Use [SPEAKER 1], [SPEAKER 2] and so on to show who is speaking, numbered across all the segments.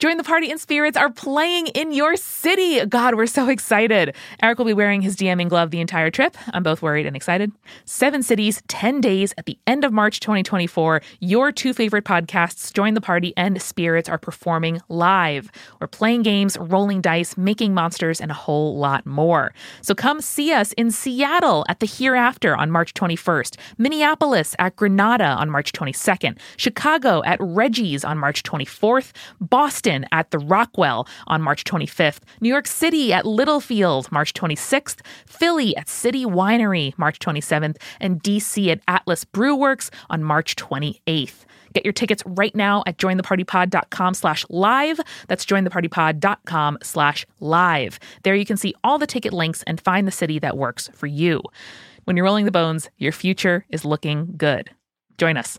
[SPEAKER 1] Join the party and spirits are playing in your city. God, we're so excited. Eric will be wearing his DMing glove the entire trip. I'm both worried and excited. Seven cities, 10 days at the end of March 2024. Your two favorite podcasts, Join the Party and Spirits, are performing live. We're playing games, rolling dice, making monsters, and a whole lot more. So come see us in Seattle at the Hereafter on March 21st, Minneapolis at Granada on March 22nd, Chicago at Reggie's on March 24th, Boston at the Rockwell on March 25th, New York City at Littlefield March 26th, Philly at City Winery March 27th, and DC at Atlas Brewworks on March 28th. Get your tickets right now at jointhepartypod.com slash live. That's jointhepartypod.com slash live. There you can see all the ticket links and find the city that works for you. When you're rolling the bones, your future is looking good. Join us.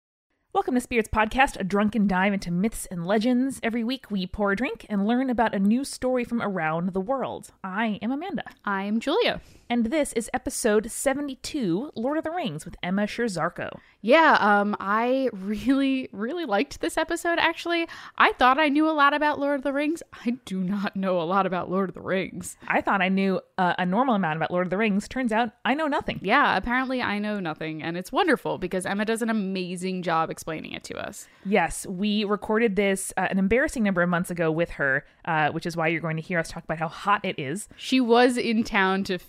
[SPEAKER 1] Welcome to Spirits Podcast, a drunken dive into myths and legends. Every week we pour a drink and learn about a new story from around the world. I am Amanda,
[SPEAKER 2] I'm Julia.
[SPEAKER 1] and this is episode 72 Lord of the Rings with Emma Sherzarko.
[SPEAKER 2] Yeah, um, I really, really liked this episode, actually. I thought I knew a lot about Lord of the Rings. I do not know a lot about Lord of the Rings.
[SPEAKER 1] I thought I knew uh, a normal amount about Lord of the Rings. Turns out I know nothing.
[SPEAKER 2] Yeah, apparently I know nothing, and it's wonderful because Emma does an amazing job explaining it to us.
[SPEAKER 1] Yes, we recorded this uh, an embarrassing number of months ago with her, uh, which is why you're going to hear us talk about how hot it is.
[SPEAKER 2] She was in town to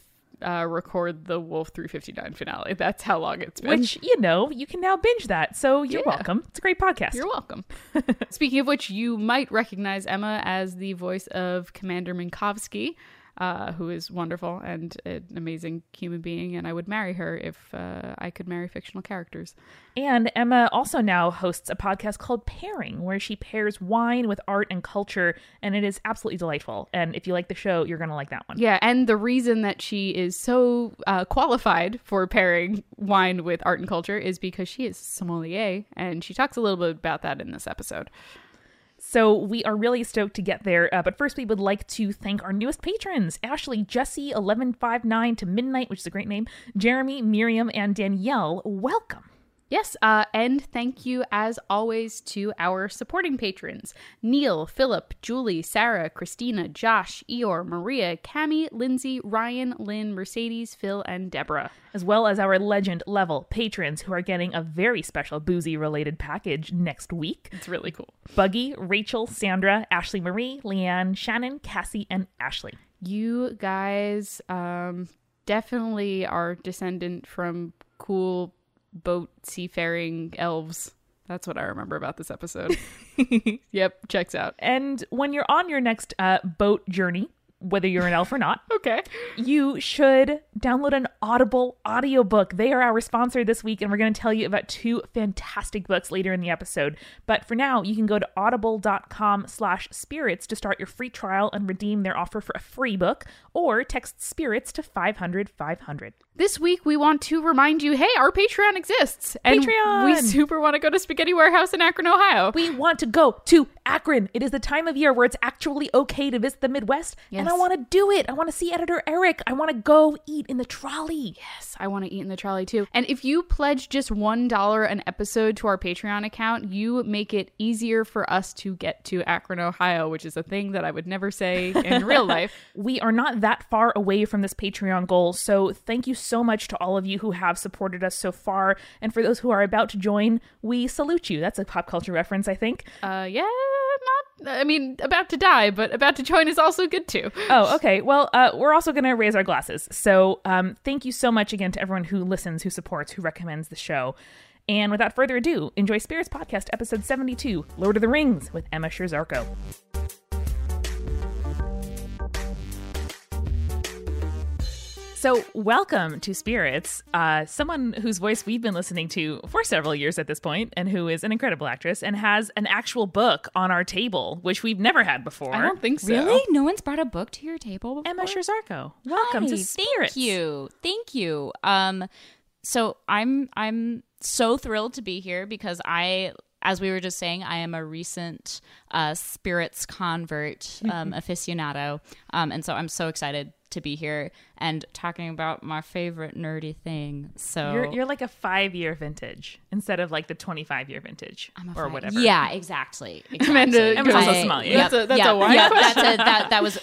[SPEAKER 2] uh, record the Wolf 359 finale. That's how long it's been.
[SPEAKER 1] Which, you know, you can now binge that. So you're
[SPEAKER 2] Yeah.
[SPEAKER 1] welcome. It's a great podcast.
[SPEAKER 2] You're welcome. Speaking of which, you might recognize Emma as the voice of Commander Minkowski, uh, who is wonderful and an amazing human being, and I would marry her if uh, I could marry fictional characters.
[SPEAKER 1] And Emma also now hosts a podcast called Pairing, where she pairs wine with art and culture, and it is absolutely delightful. And if you like the show, you're going to like that one.
[SPEAKER 2] Yeah, and the reason that she is so uh, qualified for pairing wine with art and culture is because she is sommelier, and she talks a little bit about that in this episode.
[SPEAKER 1] So we are really stoked to get there. Uh, but first, we would like to thank our newest patrons Ashley, Jesse, 1159 to Midnight, which is a great name, Jeremy, Miriam, and Danielle. Welcome.
[SPEAKER 2] Yes, uh, and thank you as always to our supporting patrons Neil, Philip, Julie, Sarah, Christina, Josh, Eeyore, Maria, Cami, Lindsay, Ryan, Lynn, Mercedes, Phil, and Deborah.
[SPEAKER 1] As well as our legend level patrons who are getting a very special boozy related package next week.
[SPEAKER 2] It's really cool.
[SPEAKER 1] Buggy, Rachel, Sandra, Ashley Marie, Leanne, Shannon, Cassie, and Ashley.
[SPEAKER 2] You guys um, definitely are descendant from cool boat seafaring elves. That's what I remember about this episode. yep, checks out.
[SPEAKER 1] And when you're on your next uh, boat journey, whether you're an elf or not,
[SPEAKER 2] Okay.
[SPEAKER 1] you should download an Audible audiobook. They are our sponsor this week, and we're going to tell you about two fantastic books later in the episode. But for now, you can go to audible.com slash spirits to start your free trial and redeem their offer for a free book, or text spirits to 500 500.
[SPEAKER 2] This week, we want to remind you hey, our Patreon exists. And
[SPEAKER 1] Patreon!
[SPEAKER 2] We super want to go to Spaghetti Warehouse in Akron, Ohio.
[SPEAKER 1] We want to go to Akron. It is the time of year where it's actually okay to visit the Midwest, and I
[SPEAKER 2] Yes.
[SPEAKER 1] want to do it. I want to see editor Eric. I want to go eat in the trolley.
[SPEAKER 2] yes, I want to eat in the trolley too. And if you pledge just $1 an episode to our Patreon account, you make it easier for us to get to Akron, Ohio, which is a thing that I would never say in real life.
[SPEAKER 1] We are not that far away from this Patreon goal, so thank you so much to all of you who have supported us so far. And for those who are about to join, we salute you. That's a pop culture reference, I think.
[SPEAKER 2] Uh, yeah, not, I mean, about to die, but about to join is also good too.
[SPEAKER 1] Oh, okay. Well, uh, we're also going to raise our glasses. So um, thank you so much again to everyone who listens, who supports, who recommends the show. And without further ado, enjoy Spirits Podcast, episode 72 Lord of the Rings with Emma Sherzarko. So, welcome to Spirits, uh, someone whose voice we've been listening to for several years at this point, and who is an incredible actress and has an actual book on our table, which we've never had before.
[SPEAKER 2] I don't think so.
[SPEAKER 3] Really? No one's brought a book to your table before?
[SPEAKER 1] Emma Sherzarko, welcome
[SPEAKER 3] Hi,
[SPEAKER 1] to Spirits.
[SPEAKER 3] Thank you. Thank you. Um so I'm I'm so thrilled to be here because I as we were just saying, I am a recent uh, spirits convert
[SPEAKER 1] Mm-hmm.
[SPEAKER 3] um, aficionado, um, and so I'm so excited to be here and talking about my favorite nerdy thing. So
[SPEAKER 1] You're, you're like a five year vintage instead of like the 25 year vintage
[SPEAKER 3] I'm a
[SPEAKER 1] or
[SPEAKER 3] fan.
[SPEAKER 1] whatever.
[SPEAKER 3] Yeah, exactly.
[SPEAKER 2] Amanda
[SPEAKER 3] exactly.
[SPEAKER 1] Amanda
[SPEAKER 2] goes-
[SPEAKER 1] also Uh-huh. Somalia.
[SPEAKER 3] Yep,
[SPEAKER 2] That's a- that's
[SPEAKER 3] yep,
[SPEAKER 2] a wine
[SPEAKER 3] yep,
[SPEAKER 2] question.
[SPEAKER 3] that's a- that, that was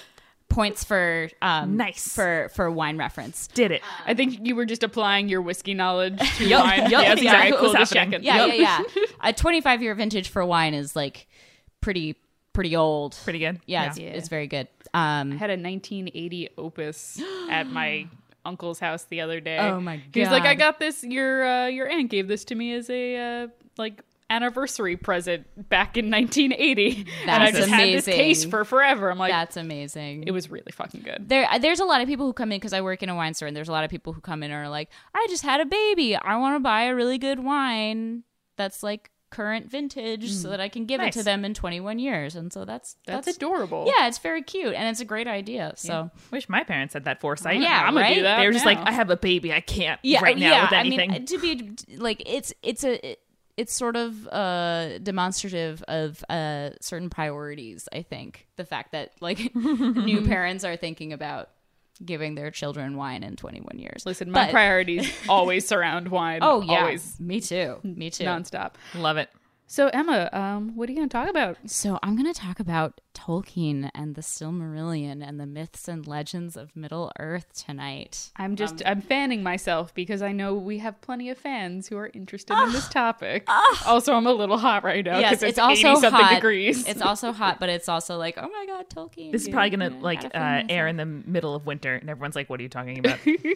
[SPEAKER 3] points for um,
[SPEAKER 1] Nice.
[SPEAKER 3] for for wine reference.
[SPEAKER 1] Did it.
[SPEAKER 3] Uh,
[SPEAKER 2] I think you were just applying your whiskey knowledge to
[SPEAKER 1] Yup,
[SPEAKER 2] wine.
[SPEAKER 1] yup,
[SPEAKER 2] yeah, that's
[SPEAKER 1] exactly
[SPEAKER 2] exactly
[SPEAKER 1] what
[SPEAKER 2] cool.
[SPEAKER 1] was
[SPEAKER 2] Just
[SPEAKER 1] happening.
[SPEAKER 2] checking.
[SPEAKER 3] Yeah,
[SPEAKER 2] Yup.
[SPEAKER 3] yeah, yeah. a 25 year vintage for wine is like pretty pretty old.
[SPEAKER 1] Pretty good.
[SPEAKER 3] yeah, It's,
[SPEAKER 2] Yeah.
[SPEAKER 3] it's very good.
[SPEAKER 2] I
[SPEAKER 3] Um,
[SPEAKER 2] had a 1980 opus at my uncle's house the other day.
[SPEAKER 3] Oh my
[SPEAKER 2] He was like, "I
[SPEAKER 3] God.
[SPEAKER 2] got this. Your uh, your aunt gave this to me as a uh, like." Anniversary present back in 1980, and I
[SPEAKER 3] That's
[SPEAKER 2] just had this
[SPEAKER 3] amazing.
[SPEAKER 2] case for forever. I'm like,
[SPEAKER 3] that's amazing.
[SPEAKER 2] it was really fucking good.
[SPEAKER 3] there, uh, there's a lot of people who come in because I work in a wine store, and there's a lot of people who come in and are like, "I just had a baby. I want to buy a really good wine that's like current vintage, so that I can give it to
[SPEAKER 1] Nice.
[SPEAKER 3] them in 21 years." And so that's
[SPEAKER 2] That's,
[SPEAKER 3] that's,
[SPEAKER 2] adorable.
[SPEAKER 3] yeah, it's very cute, and it's a great idea. So
[SPEAKER 1] Wish my parents had that foresight.
[SPEAKER 3] Yeah,
[SPEAKER 2] I'm gonna do
[SPEAKER 3] right?
[SPEAKER 2] that.
[SPEAKER 1] They were just
[SPEAKER 2] now.
[SPEAKER 1] like, I have a baby. I can't right now with anything.
[SPEAKER 3] I mean, to be like it's it's a it's sort of uh demonstrative of uh certain priorities, I think. The fact that like new parents are thinking about giving their children wine in 21 years.
[SPEAKER 2] Listen, my
[SPEAKER 3] But-
[SPEAKER 2] priorities always surround wine.
[SPEAKER 3] Oh yeah.
[SPEAKER 2] always
[SPEAKER 3] Me too. Me too.
[SPEAKER 2] nonstop.
[SPEAKER 1] Love it.
[SPEAKER 2] So Emma, um, what are you going to talk about?
[SPEAKER 3] So I'm going to talk about Tolkien and the Silmarillion and the myths and legends of Middle Earth tonight.
[SPEAKER 2] I'm just I'm fanning myself because I know we have plenty of fans who are interested in this topic. also, I'm a little hot right
[SPEAKER 1] Oh,
[SPEAKER 2] now because
[SPEAKER 3] Yes,
[SPEAKER 2] Ah, it's,
[SPEAKER 3] it's, also
[SPEAKER 2] 80 something
[SPEAKER 3] hot.
[SPEAKER 2] degrees.
[SPEAKER 3] It's also hot, but it's also like, oh my god, Tolkien.
[SPEAKER 1] This is
[SPEAKER 3] dude,
[SPEAKER 1] probably gonna
[SPEAKER 3] you know,
[SPEAKER 1] like
[SPEAKER 3] gotta fan
[SPEAKER 1] uh,
[SPEAKER 3] myself.
[SPEAKER 1] air in the middle of winter, and everyone's like, "What are you talking about?"
[SPEAKER 3] yeah,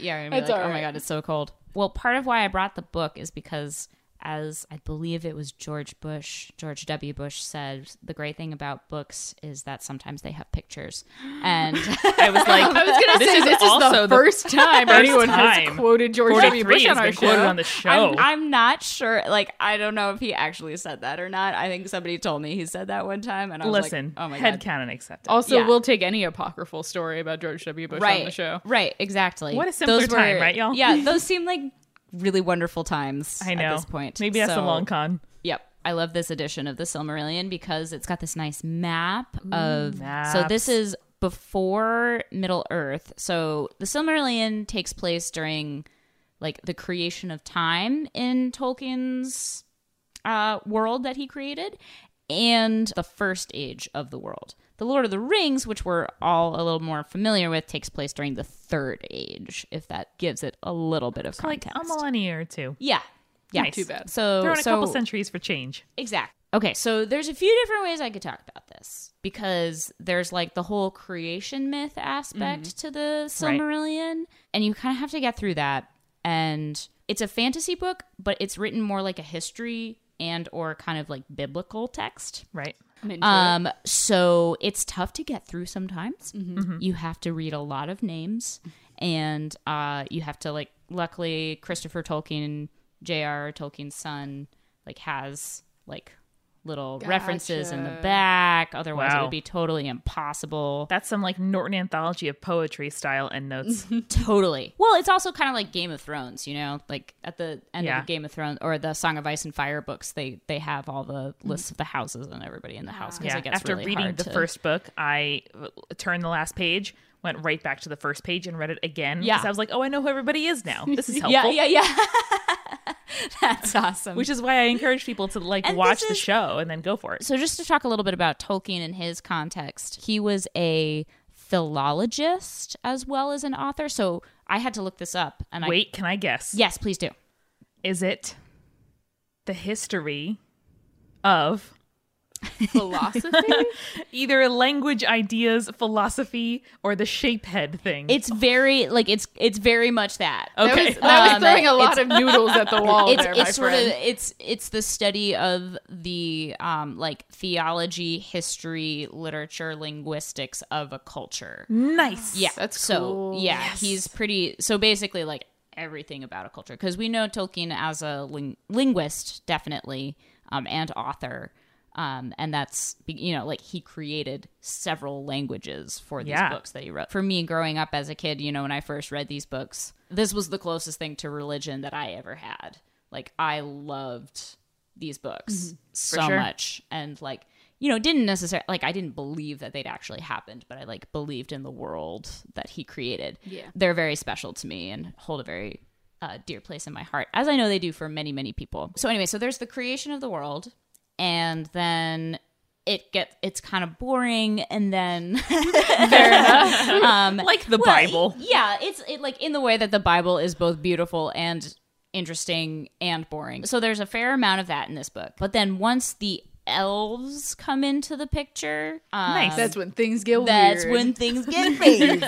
[SPEAKER 3] yeah. I'm gonna be
[SPEAKER 2] It's
[SPEAKER 3] like,
[SPEAKER 2] all
[SPEAKER 3] Oh
[SPEAKER 2] right.
[SPEAKER 3] my god, it's so cold. Well, part of why I brought the book is because, as I believe it was George Bush, George W. Bush said, the great thing about books is that sometimes they have pictures, and
[SPEAKER 1] I was like,
[SPEAKER 2] I was gonna
[SPEAKER 1] this
[SPEAKER 2] say
[SPEAKER 1] is
[SPEAKER 2] this is
[SPEAKER 1] also
[SPEAKER 2] the first time anyone has
[SPEAKER 1] time.
[SPEAKER 2] quoted George W.
[SPEAKER 1] 43
[SPEAKER 2] Bush
[SPEAKER 1] has
[SPEAKER 2] on our
[SPEAKER 1] been
[SPEAKER 2] show.
[SPEAKER 1] quoted on the show.
[SPEAKER 3] I'm, I'm not sure. Like, I don't know if he actually said that or not. I think somebody told me he said that one time, and I was
[SPEAKER 1] Listen,
[SPEAKER 3] like, oh my
[SPEAKER 1] head
[SPEAKER 3] god,
[SPEAKER 1] count and accept it.
[SPEAKER 2] also,
[SPEAKER 3] Yeah.
[SPEAKER 2] we'll take any apocryphal story about George W. Bush
[SPEAKER 3] right,
[SPEAKER 2] on the show.
[SPEAKER 3] right, exactly.
[SPEAKER 1] What a simpler
[SPEAKER 3] Those were-
[SPEAKER 1] time, right, y'all?
[SPEAKER 3] Yeah, those seem like really wonderful times.
[SPEAKER 1] I know.
[SPEAKER 3] at this point.
[SPEAKER 1] maybe that's a
[SPEAKER 3] So-
[SPEAKER 1] long con.
[SPEAKER 3] Yep. I love this edition of the Silmarillion because it's got this nice map of so
[SPEAKER 1] maps.
[SPEAKER 3] this is before Middle Earth. So the Silmarillion takes place during like the creation of time in Tolkien's uh, world that he created and the first age of the world. The Lord of the Rings, which we're all a little more familiar with, takes place during the third age, if that gives it a little bit of
[SPEAKER 1] Like
[SPEAKER 3] context.
[SPEAKER 1] a millennia or two.
[SPEAKER 3] yeah. Yeah.
[SPEAKER 1] Nice.
[SPEAKER 2] Too bad.
[SPEAKER 3] So
[SPEAKER 1] Throw in a
[SPEAKER 3] so,
[SPEAKER 1] couple centuries for change.
[SPEAKER 3] Exactly. Okay, so there's a few different ways I could talk about this because there's like the whole creation myth aspect to the
[SPEAKER 1] Right.
[SPEAKER 3] Silmarillion, and you kind of have to get through that. And it's a fantasy book, but it's written more like a history and or kind of like biblical text.
[SPEAKER 1] Right.
[SPEAKER 2] I'm into it.
[SPEAKER 3] Um, so it's tough to get through sometimes.
[SPEAKER 2] Mm-hmm.
[SPEAKER 1] Mm-hmm.
[SPEAKER 3] You have to read a lot of names, and uh, you have to like. Luckily, Christopher Tolkien, J.R. Tolkien's son, like has like little references in the
[SPEAKER 2] Gotcha.
[SPEAKER 3] back. Otherwise, it
[SPEAKER 1] Wow.
[SPEAKER 3] would be totally impossible.
[SPEAKER 1] That's some like Norton anthology of poetry style endnotes.
[SPEAKER 3] totally. Well, it's also kind of like Game of Thrones, you know, like at the end
[SPEAKER 1] Yeah.
[SPEAKER 3] of the Game of Thrones or the Song of Ice and Fire books, they they have all the lists of the houses and everybody in the
[SPEAKER 2] Ah.
[SPEAKER 3] house. 'cause
[SPEAKER 1] yeah.
[SPEAKER 3] it gets
[SPEAKER 1] After
[SPEAKER 3] really
[SPEAKER 1] reading
[SPEAKER 3] hard
[SPEAKER 1] the
[SPEAKER 3] to-
[SPEAKER 1] first book, I uh, turned the last page, went right back to the first page, and read it again.
[SPEAKER 3] Yeah.
[SPEAKER 1] 'cause I was like, oh, I know who everybody is now. This is helpful.
[SPEAKER 3] Yeah, yeah, yeah. That's awesome.
[SPEAKER 1] Which is why I encourage people to like
[SPEAKER 3] And
[SPEAKER 1] watch
[SPEAKER 3] this
[SPEAKER 1] the
[SPEAKER 3] is-
[SPEAKER 1] show and then go for it.
[SPEAKER 3] so just to talk a little bit about Tolkien and his context, he was a philologist as well as an author. So I had to look this up and I
[SPEAKER 1] Wait, can I guess?
[SPEAKER 3] Yes, please do.
[SPEAKER 1] Is it the history of
[SPEAKER 2] Philosophy?
[SPEAKER 1] Either language ideas, philosophy, or the shapehead thing.
[SPEAKER 3] It's very like it's it's very much that.
[SPEAKER 2] That
[SPEAKER 1] okay.
[SPEAKER 2] was, that was
[SPEAKER 3] Um,
[SPEAKER 2] throwing a lot
[SPEAKER 3] it's-
[SPEAKER 2] of noodles at the wall
[SPEAKER 3] It's
[SPEAKER 2] there, my
[SPEAKER 3] it's sort
[SPEAKER 2] friend.
[SPEAKER 3] of it's it's the study of the um like theology, history, literature, linguistics of a culture.
[SPEAKER 1] nice.
[SPEAKER 3] Yeah,
[SPEAKER 2] That's
[SPEAKER 3] so.
[SPEAKER 2] cool.
[SPEAKER 3] Yeah,
[SPEAKER 1] Yes.
[SPEAKER 3] he's pretty. So basically, like everything about a culture, because we know Tolkien as a ling- linguist, definitely, um, and author, um, and that's you know, like he created several languages for these
[SPEAKER 1] Yeah.
[SPEAKER 3] books that he wrote. For me, growing up as a kid, you know, when I first read these books, this was the closest thing to religion that I ever had. Like I loved these books so
[SPEAKER 1] sure.
[SPEAKER 3] much, and like you know, didn't necessarily like I didn't believe that they'd actually happened, but I like believed in the world that he created.
[SPEAKER 2] Yeah.
[SPEAKER 3] they're very special to me and hold a very uh, dear place in my heart, as I know they do for many, many people. So anyway, so there's the creation of the world, and then it gets it's kind of boring, and then um,
[SPEAKER 1] Like the
[SPEAKER 3] well,
[SPEAKER 1] Bible.
[SPEAKER 3] Yeah, it's it, like in the way that the Bible is both beautiful and interesting and boring. So there's a fair amount of that in this book. But then once the elves come into the picture, um,
[SPEAKER 1] Nice.
[SPEAKER 2] That's when things get
[SPEAKER 3] that's
[SPEAKER 2] weird.
[SPEAKER 3] when things get crazy.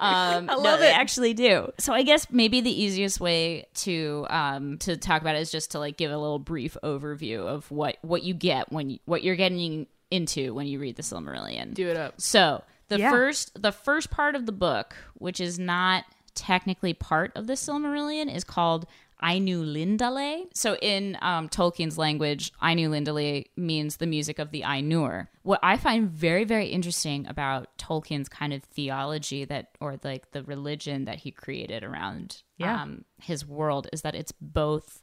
[SPEAKER 3] um, I
[SPEAKER 1] love
[SPEAKER 3] they
[SPEAKER 1] it.
[SPEAKER 3] actually do. So I guess maybe the easiest way to um, to talk about it is just to like give a little brief overview of what what you get when you, what you're getting into when you read the Silmarillion.
[SPEAKER 2] do it up.
[SPEAKER 3] So the
[SPEAKER 1] Yeah.
[SPEAKER 3] first the first part of the book, which is not technically part of the Silmarillion, is called Ainu Lindale. So in um, Tolkien's language, Ainu Lindale means the music of the Ainur. What I find very very interesting about Tolkien's kind of theology that or like the religion that he created around
[SPEAKER 1] Yeah.
[SPEAKER 3] um, his world is that it's both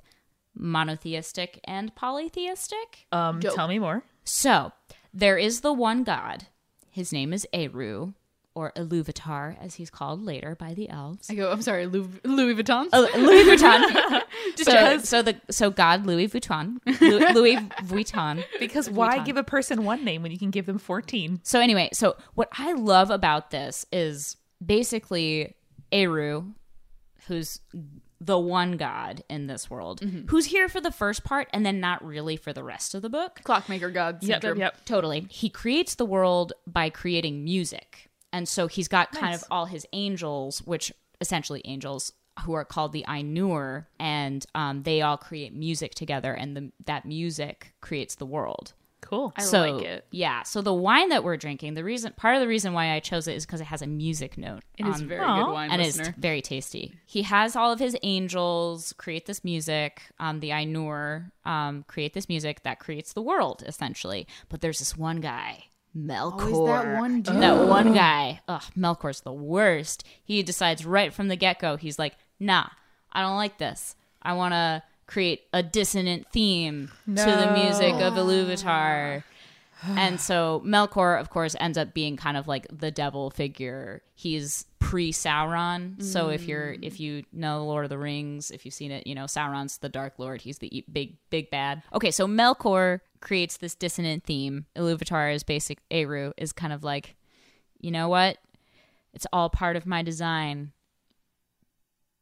[SPEAKER 3] monotheistic and polytheistic.
[SPEAKER 1] Um,
[SPEAKER 2] Dope.
[SPEAKER 1] tell me more.
[SPEAKER 3] So there is the one god. His name is Eru, or Iluvatar, as he's called later by the elves.
[SPEAKER 2] I go, I'm sorry, Louis, Louis Vuitton?
[SPEAKER 3] Oh, Louis Vuitton. so,
[SPEAKER 1] because-
[SPEAKER 3] so the so God Louis Vuitton, Lu- Louis Vuitton.
[SPEAKER 1] Because why give a person one name when you can give them 14?
[SPEAKER 3] So anyway, so what I love about this is basically Eru, who's the one god in this world, who's here for the first part and then not really for the rest of the book.
[SPEAKER 2] Clockmaker God syndrome.
[SPEAKER 3] Totally. He creates the world by creating music. And so he's got kind of all his angels, which essentially angels who are called the Ainur, and um, they all create music together, and the, that music creates the world.
[SPEAKER 1] Cool.
[SPEAKER 2] I
[SPEAKER 3] so,
[SPEAKER 2] like it.
[SPEAKER 3] Yeah. So the wine that we're drinking, the reason part of the reason why I chose it is because it has a music note.
[SPEAKER 2] It is
[SPEAKER 3] on-
[SPEAKER 2] very
[SPEAKER 1] Aw.
[SPEAKER 2] good wine,
[SPEAKER 3] and
[SPEAKER 2] listener.
[SPEAKER 3] it's very tasty. He has all of his angels create this music. Um, the Ainur um, create this music that creates the world essentially. But there's this one guy, Melkor.
[SPEAKER 2] Oh, one dude.
[SPEAKER 3] That one guy. Ugh, Melkor's the worst. He decides right from the get go. He's like, Nah, I don't like this. I want to create a dissonant theme to the music of Iluvatar. And so Melkor, of course, ends up being kind of like the devil figure. He's pre Sauron. So if you're if you know Lord of the Rings, if you've seen it, you know Sauron's the Dark Lord. He's the e- big big bad. Okay, so Melkor creates this dissonant theme. Iluvatar is basic. Eru is kind of like, you know what? It's all part of my design.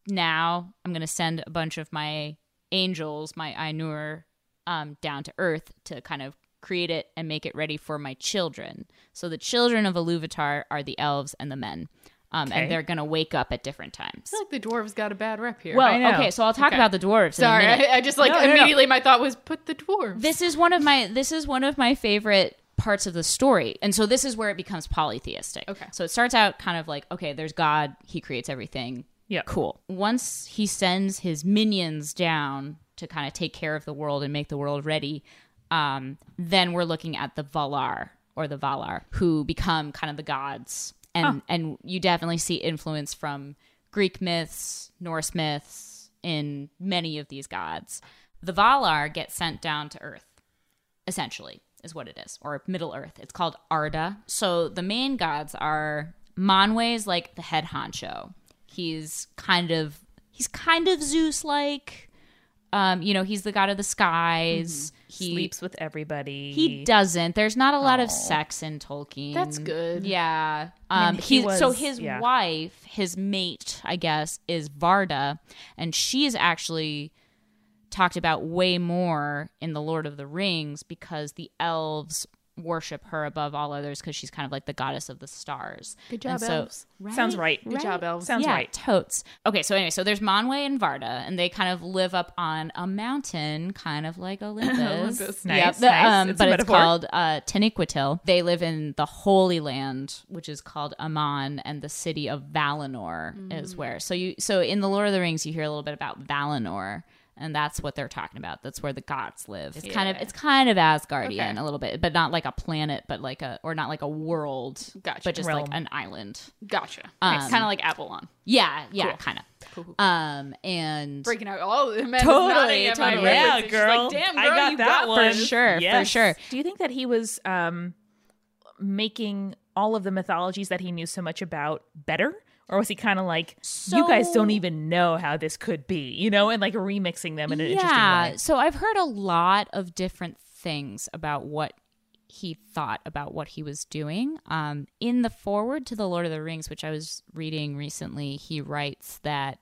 [SPEAKER 3] Now I'm gonna send a bunch of my angels, my Ainur, um, down to Earth to kind of create it and make it ready for my children. So the children of Iluvatar are the elves and the men, um,
[SPEAKER 1] Okay.
[SPEAKER 3] and they're gonna wake up at different times.
[SPEAKER 2] I feel like the dwarves got a bad rep here.
[SPEAKER 1] I know.
[SPEAKER 3] Well, okay, so I'll talk
[SPEAKER 2] Okay.
[SPEAKER 3] about the dwarves.
[SPEAKER 2] sorry,
[SPEAKER 3] in a minute.
[SPEAKER 2] I, I just like
[SPEAKER 1] No, no, no.
[SPEAKER 2] immediately my thought was put the dwarves.
[SPEAKER 3] This is one of my this is one of my favorite parts of the story. And so this is where it becomes polytheistic.
[SPEAKER 2] Okay.
[SPEAKER 3] So it starts out kind of like, okay, there's God, he creates everything.
[SPEAKER 1] Yeah.
[SPEAKER 3] Cool. Once he sends his minions down to kind of take care of the world and make the world ready, um, then we're looking at the Valar or the Valar, who become kind of the gods. And and you definitely see influence from Greek myths, Norse myths in many of these gods. The Valar get sent down to Earth essentially is what it is or middle earth it's called arda so the main gods are manwe is like the head honcho he's kind of he's kind of zeus like um you know he's the god of the skies he
[SPEAKER 1] Mm-hmm. Sleeps with everybody.
[SPEAKER 3] he doesn't there's not a lot of sex in tolkien
[SPEAKER 2] That's good.
[SPEAKER 3] yeah um
[SPEAKER 1] he
[SPEAKER 3] he, so
[SPEAKER 1] was-
[SPEAKER 3] his
[SPEAKER 1] yeah.
[SPEAKER 3] wife his mate i guess is varda and she's actually talked about way more in The Lord of the Rings because the elves worship her above all others because she's kind of like the goddess of the stars.
[SPEAKER 2] Good job,
[SPEAKER 3] And so-
[SPEAKER 2] elves.
[SPEAKER 1] Sounds right.
[SPEAKER 2] Good job, elves.
[SPEAKER 1] Sounds
[SPEAKER 3] yeah,
[SPEAKER 1] right.
[SPEAKER 3] Totes. Okay, so anyway, so there's Monway and Varda, and they kind of live up on a mountain, kind of like Olympus.
[SPEAKER 2] Olympus.
[SPEAKER 3] Yep,
[SPEAKER 1] Nice,
[SPEAKER 3] the-
[SPEAKER 1] nice.
[SPEAKER 3] um,
[SPEAKER 1] It's a
[SPEAKER 3] but it's
[SPEAKER 1] metaphor.
[SPEAKER 3] called uh, Teniquitil. They live in the Holy Land, which is called Amman, and the city of Valinor is
[SPEAKER 1] Mm.
[SPEAKER 3] where. So you, so in the Lord of the Rings, you hear a little bit about Valinor. And that's what they're talking about. That's where the gods live. It's kind of
[SPEAKER 2] Yeah.
[SPEAKER 3] it's kind of Asgardian
[SPEAKER 2] Okay.
[SPEAKER 3] a little bit, but not like a planet, but like a or not like a world,
[SPEAKER 2] Gotcha.
[SPEAKER 3] but just
[SPEAKER 1] Realm.
[SPEAKER 3] like an island.
[SPEAKER 2] Gotcha.
[SPEAKER 3] Um,
[SPEAKER 2] kind of like Avalon.
[SPEAKER 3] Yeah, yeah,
[SPEAKER 2] Cool.
[SPEAKER 3] kind of.
[SPEAKER 2] Cool, cool,
[SPEAKER 3] Um, and
[SPEAKER 2] Breaking out all the men
[SPEAKER 3] Totally, totally.
[SPEAKER 1] Yeah,
[SPEAKER 2] Yeah, girl.
[SPEAKER 1] girl.
[SPEAKER 2] Like, Damn, girl,
[SPEAKER 1] I got
[SPEAKER 2] you
[SPEAKER 1] that
[SPEAKER 2] got
[SPEAKER 1] one.
[SPEAKER 3] for sure,
[SPEAKER 1] Yes.
[SPEAKER 3] for sure.
[SPEAKER 1] Do you think that he was um, making all of the mythologies that he knew so much about better? Or was he kind of like, you guys
[SPEAKER 3] So-
[SPEAKER 1] don't even know how this could be, you know, and like remixing them in an
[SPEAKER 3] yeah,
[SPEAKER 1] interesting
[SPEAKER 3] so I've heard a lot of different things about what he thought about what he was doing. Um, in the forward to the Lord of the Rings, which I was reading recently, he writes that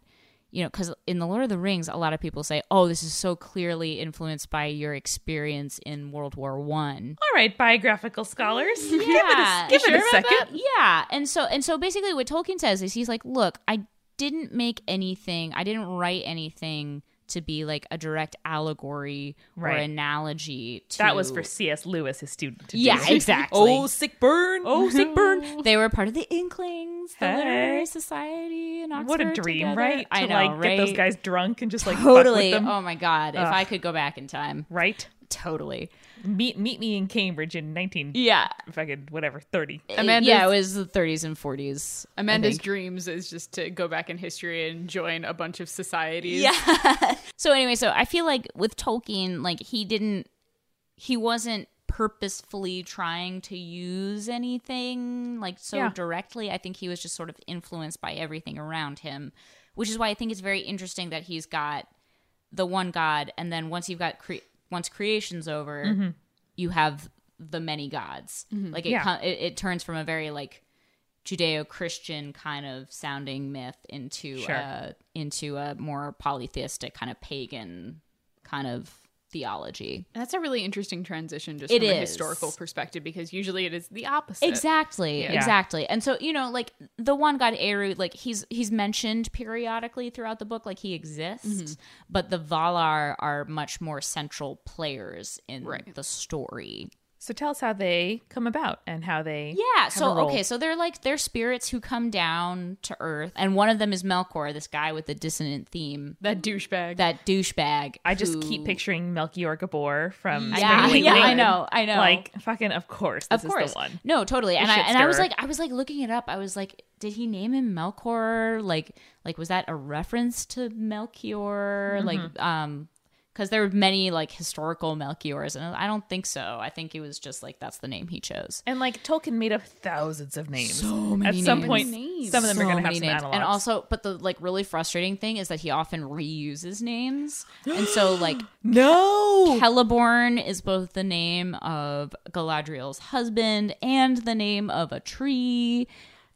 [SPEAKER 3] you know, because in the Lord of the Rings, a lot of people say, "Oh, this is so clearly influenced by your experience in World War One."
[SPEAKER 1] way? All right, biographical scholars. give it a,
[SPEAKER 3] Yeah.
[SPEAKER 1] give it
[SPEAKER 3] Sure
[SPEAKER 1] a
[SPEAKER 3] about
[SPEAKER 1] second.
[SPEAKER 3] that? Yeah. And so and so basically what Tolkien says is he's like, look, I didn't make anything, I didn't write anything to be like a direct allegory or
[SPEAKER 1] Right.
[SPEAKER 3] analogy to
[SPEAKER 1] That was for C.S. Lewis, his student. To
[SPEAKER 3] Yeah,
[SPEAKER 1] do.
[SPEAKER 3] exactly.
[SPEAKER 1] Oh, sick burn. Oh, sick burn.
[SPEAKER 3] they were part of the Inklings, the
[SPEAKER 1] Hey.
[SPEAKER 3] Literary Society in Oxford.
[SPEAKER 1] what a dream,
[SPEAKER 3] together.
[SPEAKER 1] right? To
[SPEAKER 3] I know,
[SPEAKER 1] like
[SPEAKER 3] right?
[SPEAKER 1] get those guys drunk and just like
[SPEAKER 3] totally.
[SPEAKER 1] fuck with them,
[SPEAKER 3] Oh my god, if I could go back in time,
[SPEAKER 1] right?
[SPEAKER 3] totally.
[SPEAKER 1] Meet meet me in Cambridge in nineteen
[SPEAKER 3] Yeah,
[SPEAKER 1] fucking whatever thirty.
[SPEAKER 2] Amanda's-
[SPEAKER 3] yeah. It was the 30s and 40s. I
[SPEAKER 2] Amanda's
[SPEAKER 3] think.
[SPEAKER 2] dreams is just to go back in history and join a bunch of societies.
[SPEAKER 3] Yeah. so anyway, so I feel like with Tolkien, like he didn't he wasn't purposefully trying to use anything like so
[SPEAKER 1] Yeah.
[SPEAKER 3] directly. I think he was just sort of influenced by everything around him, which is why I think it's very interesting that he's got the one god and then once you've got cre- once creation's over, you have the many gods. Like it,
[SPEAKER 1] Mm-hmm. Yeah.
[SPEAKER 3] co- it it turns from a very like Judeo-Christian kind of sounding myth into
[SPEAKER 1] Sure.
[SPEAKER 3] a, into a more polytheistic kind of pagan kind of theology.
[SPEAKER 2] That's a really interesting transition just
[SPEAKER 3] It
[SPEAKER 2] from a
[SPEAKER 3] is.
[SPEAKER 2] historical perspective because usually it is the opposite.
[SPEAKER 3] Exactly,
[SPEAKER 1] Yeah.
[SPEAKER 3] exactly. And so, you know, like the one god Eru, like he's he's mentioned periodically throughout the book like he exists,
[SPEAKER 1] Mm-hmm.
[SPEAKER 3] but the Valar are much more central players in
[SPEAKER 2] Right.
[SPEAKER 3] the story.
[SPEAKER 1] So tell us how they come about and how they.
[SPEAKER 3] Yeah.
[SPEAKER 1] a
[SPEAKER 3] So
[SPEAKER 1] role.
[SPEAKER 3] okay. So they're like they're spirits who come down to Earth, and one of them is Melkor, this guy with the dissonant theme,
[SPEAKER 2] That douchebag.
[SPEAKER 3] that douchebag.
[SPEAKER 1] I just
[SPEAKER 3] who-
[SPEAKER 1] keep picturing Melchior Gabor from
[SPEAKER 3] Yeah,
[SPEAKER 1] Spring
[SPEAKER 3] yeah,
[SPEAKER 1] Awakening.
[SPEAKER 3] I know, I know.
[SPEAKER 1] Like fucking, of course, this
[SPEAKER 3] of course,
[SPEAKER 1] is the one.
[SPEAKER 3] no, totally. And I
[SPEAKER 1] shit
[SPEAKER 3] and I was
[SPEAKER 1] stirrer.
[SPEAKER 3] like, I was like looking it up. I was like, did he name him Melkor? Like, like was that a reference to Melchior?
[SPEAKER 1] Mm-hmm.
[SPEAKER 3] Like, um. Because there were many like historical Melchiors, and I don't think so. I think it was just like that's the name he chose.
[SPEAKER 1] And like Tolkien made up thousands of names.
[SPEAKER 3] So
[SPEAKER 1] At
[SPEAKER 3] many
[SPEAKER 1] some
[SPEAKER 3] names.
[SPEAKER 1] point,
[SPEAKER 2] names.
[SPEAKER 1] some of them are
[SPEAKER 3] So
[SPEAKER 1] going to have
[SPEAKER 3] many
[SPEAKER 1] some
[SPEAKER 3] names.
[SPEAKER 1] analogs.
[SPEAKER 3] And also, but the like really frustrating thing is that he often reuses names. And so like
[SPEAKER 1] no.
[SPEAKER 3] Celeborn is both the name of Galadriel's husband and the name of a tree.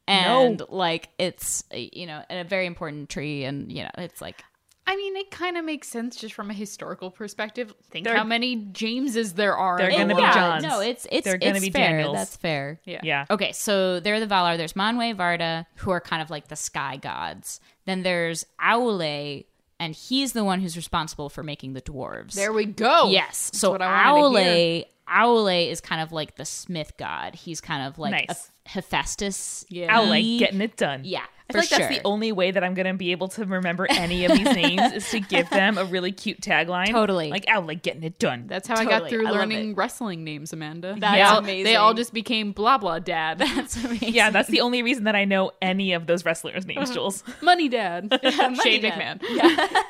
[SPEAKER 3] And like it's uh, you know, and a very important tree and you know, it's like
[SPEAKER 2] I mean, it kind of makes sense just from a historical perspective. Think
[SPEAKER 1] They're-
[SPEAKER 2] how many Jameses there are. Oh,
[SPEAKER 1] They're
[SPEAKER 2] in
[SPEAKER 1] gonna
[SPEAKER 2] the
[SPEAKER 1] be
[SPEAKER 2] world.
[SPEAKER 3] oh, yeah,
[SPEAKER 1] Johns.
[SPEAKER 3] No, it's it's
[SPEAKER 1] They're gonna
[SPEAKER 3] it's
[SPEAKER 1] be
[SPEAKER 3] fair.
[SPEAKER 1] Daniels.
[SPEAKER 3] That's fair.
[SPEAKER 2] Yeah.
[SPEAKER 1] yeah.
[SPEAKER 3] Okay, so they're the Valar. There's Manwe Varda, who are kind of like the sky gods. Then there's Aule, and he's the one who's responsible for making the dwarves.
[SPEAKER 2] There we go.
[SPEAKER 3] yes. So
[SPEAKER 2] Oh, what I wanted to
[SPEAKER 3] Aule, Aule is kind of like the smith god. He's kind of like
[SPEAKER 1] Nice.
[SPEAKER 3] a Hephaestus.
[SPEAKER 2] Yeah.
[SPEAKER 1] Owl, like getting it done.
[SPEAKER 3] Yeah,
[SPEAKER 1] I
[SPEAKER 3] for
[SPEAKER 1] feel like that's
[SPEAKER 3] sure.
[SPEAKER 1] the only way that I'm going to be able to remember any of these names is to give them a really cute tagline.
[SPEAKER 3] Totally.
[SPEAKER 1] Like, owl, like getting it done.
[SPEAKER 2] That's how I got
[SPEAKER 3] Totally.
[SPEAKER 2] through
[SPEAKER 3] I love
[SPEAKER 2] learning wrestling names, Amanda.
[SPEAKER 3] That's
[SPEAKER 2] They all-
[SPEAKER 3] amazing.
[SPEAKER 2] They all just became blah blah dad,
[SPEAKER 3] That's amazing.
[SPEAKER 1] yeah, that's the only reason that I know any of those wrestlers'
[SPEAKER 3] Uh-huh.
[SPEAKER 1] names, Jules.
[SPEAKER 2] money dad, Shane
[SPEAKER 3] Dad.
[SPEAKER 2] McMahon.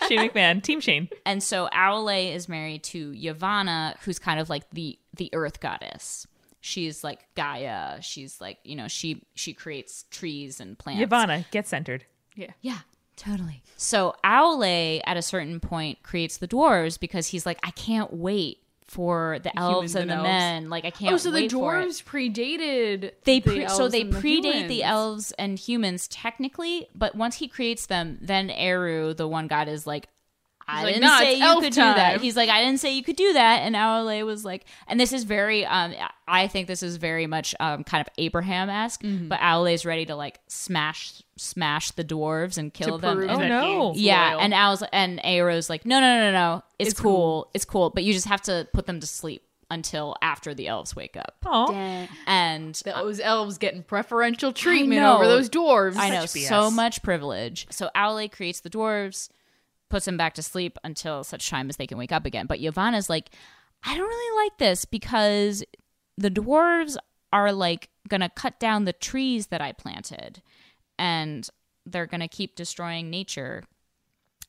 [SPEAKER 1] Shane McMahon, Team Shane.
[SPEAKER 3] And so Aule is married to Yavanna, who's kind of like the the earth goddess. She's like Gaia. She's like you know she she creates trees and plants.
[SPEAKER 1] Yavanna, get centered.
[SPEAKER 2] Yeah.
[SPEAKER 3] Yeah, totally. So Aule at a certain point creates the dwarves because he's like, I can't wait for the
[SPEAKER 2] humans
[SPEAKER 3] elves and the
[SPEAKER 2] and elves.
[SPEAKER 3] men. Like I can't.
[SPEAKER 2] Oh, so the
[SPEAKER 3] wait for it."
[SPEAKER 2] dwarves predated.
[SPEAKER 3] They
[SPEAKER 2] the
[SPEAKER 3] pre- so
[SPEAKER 2] elves
[SPEAKER 3] they
[SPEAKER 2] and the
[SPEAKER 3] predate the
[SPEAKER 2] humans.
[SPEAKER 3] elves and humans technically, but once he creates them, then Eru, the one god, is like, I
[SPEAKER 2] like,
[SPEAKER 3] didn't
[SPEAKER 2] "No,
[SPEAKER 3] say
[SPEAKER 2] it's
[SPEAKER 3] you
[SPEAKER 2] elf
[SPEAKER 3] could do
[SPEAKER 2] time."
[SPEAKER 3] that. He's like, I didn't say you could do that. And Aole was like, and this is very, um, I think this is very much um, kind of Abraham esque,
[SPEAKER 2] Mm-hmm.
[SPEAKER 3] but Aole is ready to like smash, smash the dwarves and kill
[SPEAKER 2] to
[SPEAKER 3] them.
[SPEAKER 2] prove
[SPEAKER 3] And-
[SPEAKER 1] Oh,
[SPEAKER 2] that
[SPEAKER 1] no.
[SPEAKER 2] he's
[SPEAKER 3] yeah,
[SPEAKER 2] loyal.
[SPEAKER 3] and Al's and Aero's like, no, no, no, no, no, it's,
[SPEAKER 1] It's
[SPEAKER 3] cool. it's cool, but you just have to put them to sleep until after the elves wake up.
[SPEAKER 1] Oh,
[SPEAKER 2] Dang.
[SPEAKER 3] And
[SPEAKER 2] those elves getting preferential treatment
[SPEAKER 3] know.
[SPEAKER 2] over those dwarves.
[SPEAKER 3] I know
[SPEAKER 1] Such
[SPEAKER 3] so
[SPEAKER 1] BS.
[SPEAKER 3] much privilege. So Aule creates the dwarves, puts them back to sleep until such time as they can wake up again. But Yavanna's like, I don't really like this because the dwarves are like gonna cut down the trees that I planted, and they're gonna keep destroying nature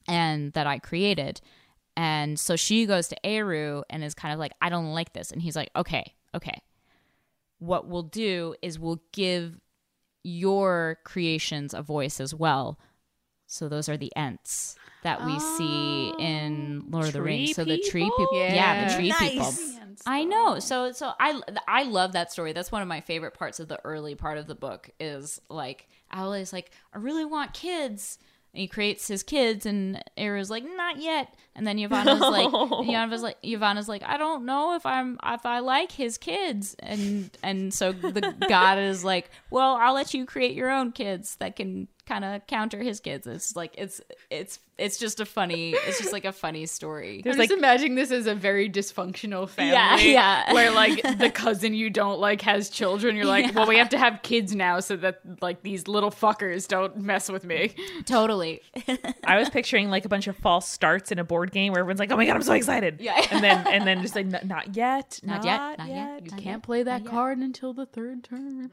[SPEAKER 3] and that I created. And so she goes to Eru and is kind of like, I don't like this. And he's like, okay, okay. What we'll do is we'll give your creations a voice as well. So those are the Ents that we see in Lord of the
[SPEAKER 1] Tree
[SPEAKER 3] Rings. So the Oh, tree
[SPEAKER 1] people?
[SPEAKER 3] people, yeah,
[SPEAKER 2] Yeah.
[SPEAKER 3] the tree people.
[SPEAKER 2] Ents,
[SPEAKER 3] I know. So so I I love that story. That's one of my favorite parts of the early part of the book is like Owl is like I really want kids. And he creates his kids, and Era's like, "Not yet." And then Yavanna's like, Yavanna's like, Yavanna's like, "I don't know if I'm if I like his kids." And and so the god is like, "Well, I'll let you create your own kids that can kind of counter his kids." It's like it's it's it's just a funny it's just like a funny story.
[SPEAKER 2] I'm just imagining this as a very dysfunctional family.
[SPEAKER 3] Yeah, yeah.
[SPEAKER 2] Where like the cousin you don't like has children. You're like, well, we have to have kids now so that like these little fuckers don't mess with me.
[SPEAKER 3] Totally.
[SPEAKER 1] I was picturing like a bunch of false starts in a board game where everyone's like, "Oh my god, I'm so excited!"
[SPEAKER 3] Yeah.
[SPEAKER 1] and then and then just like, "Not, not yet,
[SPEAKER 3] Not yet, not yet.
[SPEAKER 2] You can't play that card until the third turn.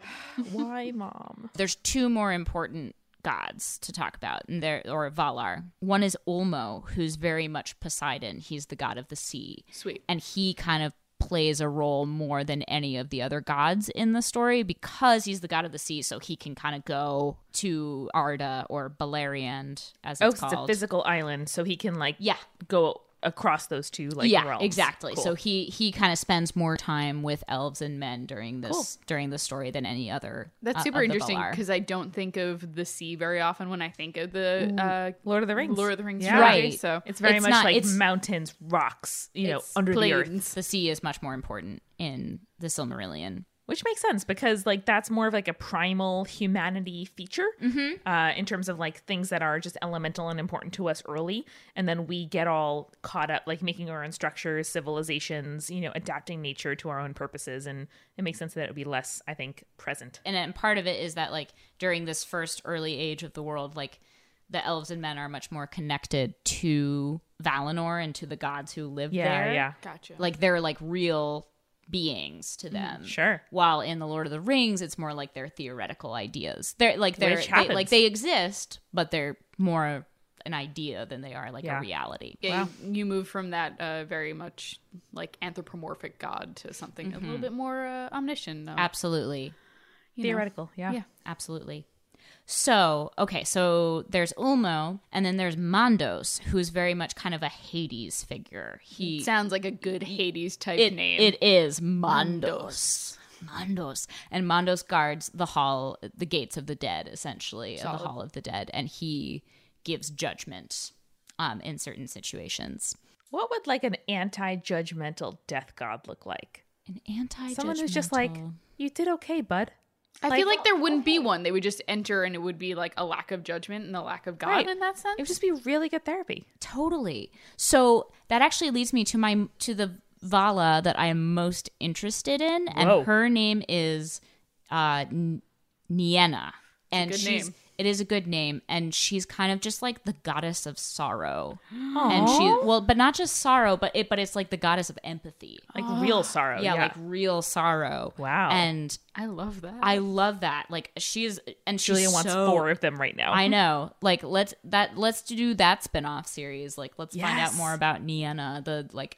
[SPEAKER 1] Why, mom?
[SPEAKER 3] there's two more important gods to talk about and there or Valar. One is Ulmo, who's very much Poseidon. He's the god of the sea.
[SPEAKER 2] Sweet.
[SPEAKER 3] And he kind of plays a role more than any of the other gods in the story because he's the god of the sea, so he can kind of go to Arda or Beleriand as
[SPEAKER 1] Oh,
[SPEAKER 3] it's
[SPEAKER 1] 'cause it's a
[SPEAKER 3] called.
[SPEAKER 1] physical island, so he can like
[SPEAKER 3] yeah.
[SPEAKER 1] go across those two like
[SPEAKER 3] yeah,
[SPEAKER 1] realms.
[SPEAKER 3] exactly.
[SPEAKER 1] Cool.
[SPEAKER 3] So he he kind of spends more time with elves and men during this during the story than any other.
[SPEAKER 2] That's
[SPEAKER 3] uh,
[SPEAKER 2] super
[SPEAKER 3] of the
[SPEAKER 2] interesting
[SPEAKER 3] Valar.
[SPEAKER 2] because I don't think of the sea very often when I think of the uh,
[SPEAKER 1] Lord of the Rings,
[SPEAKER 2] Lord of the Rings
[SPEAKER 1] Yeah.
[SPEAKER 2] trilogy.
[SPEAKER 3] Right.
[SPEAKER 2] So
[SPEAKER 1] It's very
[SPEAKER 3] It's
[SPEAKER 1] much
[SPEAKER 3] not-
[SPEAKER 1] like
[SPEAKER 3] it's-
[SPEAKER 1] mountains, rocks, you know,
[SPEAKER 2] It's
[SPEAKER 1] under the earth.
[SPEAKER 2] plains.
[SPEAKER 3] the sea is much more important in the Silmarillion.
[SPEAKER 1] which makes sense because like that's more of like a primal humanity feature
[SPEAKER 3] Mm-hmm.
[SPEAKER 1] uh, in terms of like things that are just elemental and important to us early and then we get all caught up like making our own structures civilizations you know adapting nature to our own purposes and it makes sense that it would be less i think present
[SPEAKER 3] And then part of it is that like during this first early age of the world, like the elves and men are much more connected to Valinor and to the gods who live
[SPEAKER 1] yeah
[SPEAKER 3] there.
[SPEAKER 1] yeah
[SPEAKER 2] gotcha.
[SPEAKER 3] Like they're like real beings to them.
[SPEAKER 1] sure
[SPEAKER 3] While in the Lord of the Rings, it's more like they're theoretical ideas. They're like they're
[SPEAKER 1] Which
[SPEAKER 3] they, like
[SPEAKER 1] happens.
[SPEAKER 3] they exist, but they're more an idea than they are like
[SPEAKER 1] Yeah.
[SPEAKER 3] a reality.
[SPEAKER 2] yeah, you, you move from that uh, very much like anthropomorphic god to something a little
[SPEAKER 1] Mm-hmm.
[SPEAKER 2] bit more uh, omniscient. though.
[SPEAKER 3] Absolutely.
[SPEAKER 2] you know.
[SPEAKER 1] theoretical yeah
[SPEAKER 2] Yeah.
[SPEAKER 3] Absolutely. So, okay, so there's Ulmo, and then there's Mondos, who is very much kind of a Hades figure. He
[SPEAKER 2] Sounds like a good Hades type
[SPEAKER 3] it,
[SPEAKER 2] name.
[SPEAKER 3] it is Mondos. Mondos. And Mondos guards the hall, the gates of the dead, essentially, of the hall of the dead, and he gives judgment um, in certain situations.
[SPEAKER 1] what would like an anti-judgmental death god look like
[SPEAKER 3] An anti
[SPEAKER 1] someone who's just like you did okay bud
[SPEAKER 2] I feel
[SPEAKER 1] Like-
[SPEAKER 2] like there wouldn't be one. They would just enter, and it would be like a lack of judgment and a lack of God
[SPEAKER 1] Right.
[SPEAKER 2] in that sense.
[SPEAKER 1] it would just be really good therapy
[SPEAKER 3] Totally. So that actually leads me to my to the Vala that I am most interested in, and
[SPEAKER 1] Whoa.
[SPEAKER 3] her name is uh, N- Nienna, and
[SPEAKER 2] good
[SPEAKER 3] she's
[SPEAKER 2] name.
[SPEAKER 3] it is a good name, and she's kind of just like the goddess of sorrow, and she well, but not just sorrow, but it but it's like the goddess of empathy,
[SPEAKER 1] like real sorrow
[SPEAKER 3] Ah. yeah, like real sorrow.
[SPEAKER 1] Oh, Wow.
[SPEAKER 3] and
[SPEAKER 2] I love that.
[SPEAKER 3] I love that. Like she's and she's
[SPEAKER 1] julia wants
[SPEAKER 3] so-
[SPEAKER 1] four of them right now
[SPEAKER 2] Uh-huh.
[SPEAKER 3] I know. Like let's that let's do that spin-off series. Like let's find out
[SPEAKER 1] Yes.
[SPEAKER 3] more about Nienna, the like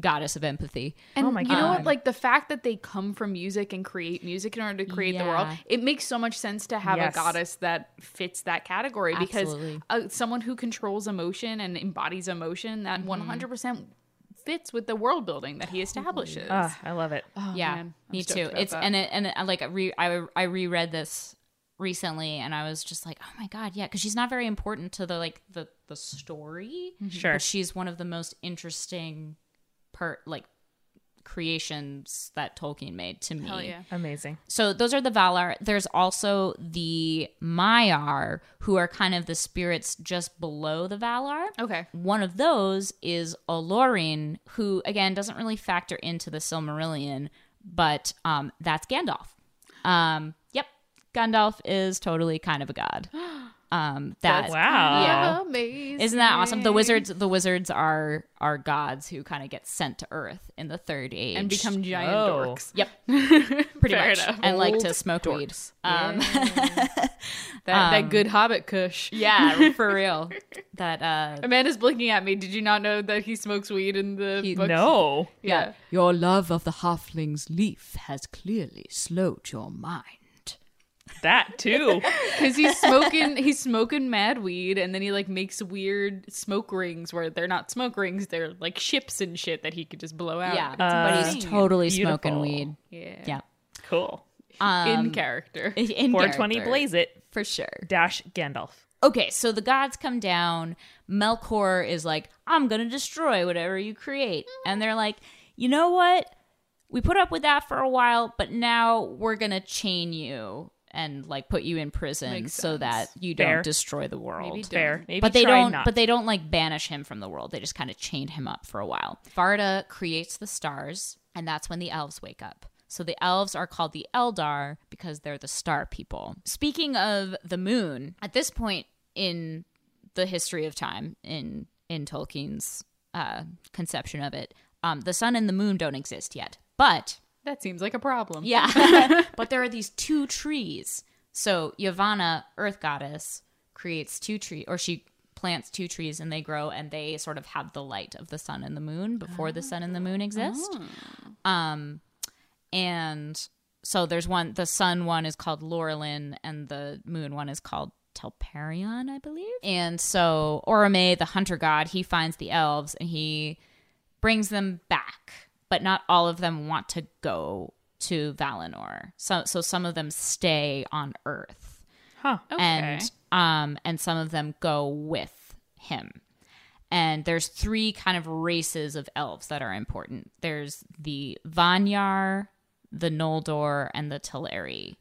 [SPEAKER 3] goddess of empathy.
[SPEAKER 2] and
[SPEAKER 1] Oh my
[SPEAKER 2] you know what?
[SPEAKER 1] God.
[SPEAKER 2] Like the fact that they come from music and create music in order to create the world,
[SPEAKER 3] Yeah.
[SPEAKER 2] it makes so much sense to have
[SPEAKER 1] Yes.
[SPEAKER 2] a goddess that fits that category
[SPEAKER 3] Absolutely.
[SPEAKER 2] because uh, someone who controls emotion and embodies emotion that
[SPEAKER 3] Mm-hmm.
[SPEAKER 2] one hundred percent fits with the world building that he establishes.
[SPEAKER 1] Ah, I love it.
[SPEAKER 2] Oh,
[SPEAKER 3] yeah,
[SPEAKER 2] man. I'm
[SPEAKER 3] me
[SPEAKER 2] stoked
[SPEAKER 3] too.
[SPEAKER 2] about
[SPEAKER 3] It's
[SPEAKER 2] that.
[SPEAKER 3] and it, and it, I, like I re, I I reread this recently, and I was just like, oh my god, yeah, because she's not very important to the like the the story.
[SPEAKER 2] Mm-hmm.
[SPEAKER 1] Sure.
[SPEAKER 3] But she's one of the most interesting per like creations that Tolkien made to me.
[SPEAKER 2] Hell yeah.
[SPEAKER 1] Amazing.
[SPEAKER 3] So those are the Valar. There's also the Maiar, who are kind of the spirits just below the Valar.
[SPEAKER 2] Okay.
[SPEAKER 3] One of those is Olorin, who again doesn't really factor into the Silmarillion, but um, that's Gandalf. Um, yep, Gandalf is totally kind of a god. Um, that
[SPEAKER 1] wow.
[SPEAKER 3] yeah.
[SPEAKER 2] Amazing.
[SPEAKER 3] Isn't that awesome? The wizards, the wizards are are gods who kind of get sent to Earth in the Third Age
[SPEAKER 2] and become giant
[SPEAKER 1] Oh.
[SPEAKER 2] dorks.
[SPEAKER 3] Yep, pretty
[SPEAKER 2] Fair
[SPEAKER 3] much,
[SPEAKER 2] enough.
[SPEAKER 3] and like to
[SPEAKER 2] Old
[SPEAKER 3] smoke weed. Um,
[SPEAKER 2] That, that good Hobbit Kush.
[SPEAKER 3] yeah, for real. That uh,
[SPEAKER 2] Amanda's blinking at me. Did you not know that he smokes weed in the
[SPEAKER 3] He-
[SPEAKER 2] books?
[SPEAKER 1] No.
[SPEAKER 2] Yeah.
[SPEAKER 4] Your love of the halfling's leaf has clearly slowed your mind.
[SPEAKER 1] That too.
[SPEAKER 2] Because he's smoking he's smoking mad weed and then he like makes weird smoke rings where they're not smoke rings, they're like ships and shit that he could just blow out.
[SPEAKER 3] yeah,
[SPEAKER 2] Uh, It's
[SPEAKER 3] but he's
[SPEAKER 2] insane.
[SPEAKER 3] totally
[SPEAKER 1] Beautiful.
[SPEAKER 3] smoking weed.
[SPEAKER 2] Yeah.
[SPEAKER 3] Yeah, Um,
[SPEAKER 1] cool.
[SPEAKER 2] in character.
[SPEAKER 3] in
[SPEAKER 1] 420
[SPEAKER 3] character,
[SPEAKER 1] blaze it
[SPEAKER 3] for sure.
[SPEAKER 1] dash Gandalf.
[SPEAKER 3] Okay, so the gods come down. Melkor is like, I'm going to destroy whatever you create. And they're like, you know what? We put up with that for a while, but now we're going to chain you and like put you in prison
[SPEAKER 2] Makes
[SPEAKER 3] so
[SPEAKER 2] sense.
[SPEAKER 3] that you
[SPEAKER 1] Fair.
[SPEAKER 3] don't destroy the world.
[SPEAKER 2] Maybe
[SPEAKER 1] Fair. Maybe
[SPEAKER 3] but they
[SPEAKER 1] try
[SPEAKER 3] don't
[SPEAKER 1] Not.
[SPEAKER 3] but they don't like banish him from the world. They just kind of chain him up for a while. Varda creates the stars, and that's when the elves wake up. So the elves are called the Eldar because they're the star people. Speaking of the moon, at this point in the history of time in in Tolkien's uh, conception of it, um, the sun and the moon don't exist yet. But
[SPEAKER 2] That seems like a problem.
[SPEAKER 3] yeah. but there are these two trees. So Yavanna, Earth Goddess, creates two trees, or she plants two trees and they grow and they sort of have the light of the sun and the moon before the sun and the moon exist. Um, and so there's one, the sun one is called Laurelin and the moon one is called Telperion, I believe. And so Orome, the hunter god, he finds the elves and he brings them back, but not all of them want to go to Valinor. So so some of them stay on Earth.
[SPEAKER 1] Huh.
[SPEAKER 3] Oh. And um and some of them go with him. And there's three kind of races of elves that are important. There's the Vanyar, the Noldor, and the Teleri.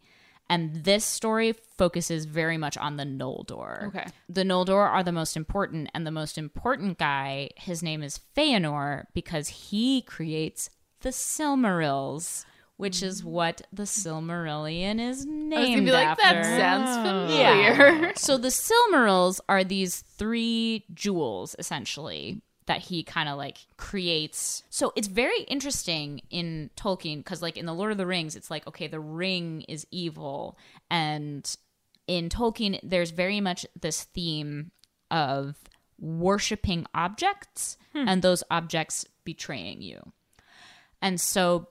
[SPEAKER 3] And this story focuses very much on the Noldor.
[SPEAKER 2] Okay.
[SPEAKER 3] The Noldor are the most important, and the most important guy, his name is Feanor, because he creates the Silmarils, which is what the Silmarillion is named
[SPEAKER 2] Mm. I was gonna be like,
[SPEAKER 3] after.
[SPEAKER 2] that sounds
[SPEAKER 3] Yeah.
[SPEAKER 2] familiar.
[SPEAKER 3] So the Silmarils are these three jewels, essentially, that he kind of like creates. So it's very interesting in Tolkien because, like, in The Lord of the Rings, it's like, okay, the ring is evil. And in Tolkien, there's very much this theme of worshiping objects and those objects betraying you. And so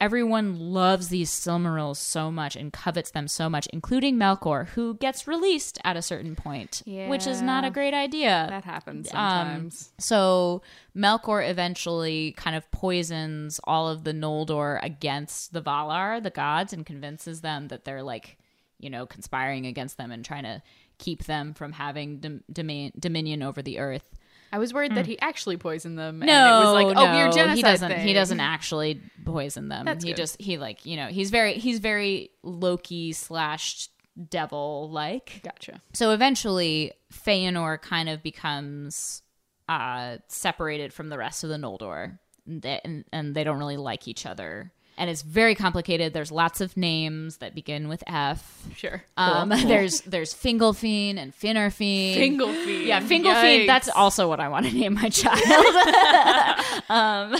[SPEAKER 3] everyone loves these Silmarils so much and covets them so much, including Melkor, who gets released at a certain point, which is not
[SPEAKER 2] Yeah.
[SPEAKER 3] a great idea.
[SPEAKER 2] That happens
[SPEAKER 3] Um,
[SPEAKER 2] sometimes.
[SPEAKER 3] so Melkor eventually kind of poisons all of the Noldor against the Valar, the gods, and convinces them that they're like, you know, conspiring against them and trying to keep them from having dom- domain- dominion over the earth.
[SPEAKER 2] I was worried that he actually poisoned them.
[SPEAKER 3] No,
[SPEAKER 2] and it was like, oh,
[SPEAKER 3] hmm. no,
[SPEAKER 2] weird genocide
[SPEAKER 3] he doesn't.
[SPEAKER 2] thing.
[SPEAKER 3] He doesn't actually poison them.
[SPEAKER 2] That's
[SPEAKER 3] he
[SPEAKER 2] good.
[SPEAKER 3] just he like you know he's very he's very Loki slash devil like.
[SPEAKER 2] Gotcha.
[SPEAKER 3] So eventually, Feanor kind of becomes uh, separated from the rest of the Noldor, and they, and, and they don't really like each other. And it's very complicated. There's lots of names that begin with F.
[SPEAKER 2] Sure.
[SPEAKER 3] Um, There's there's Fingalfin and Finnerfin.
[SPEAKER 2] Fingalfeed.
[SPEAKER 3] yeah, Fingalfin.
[SPEAKER 2] Yikes.
[SPEAKER 3] That's also what I want to name my child. um,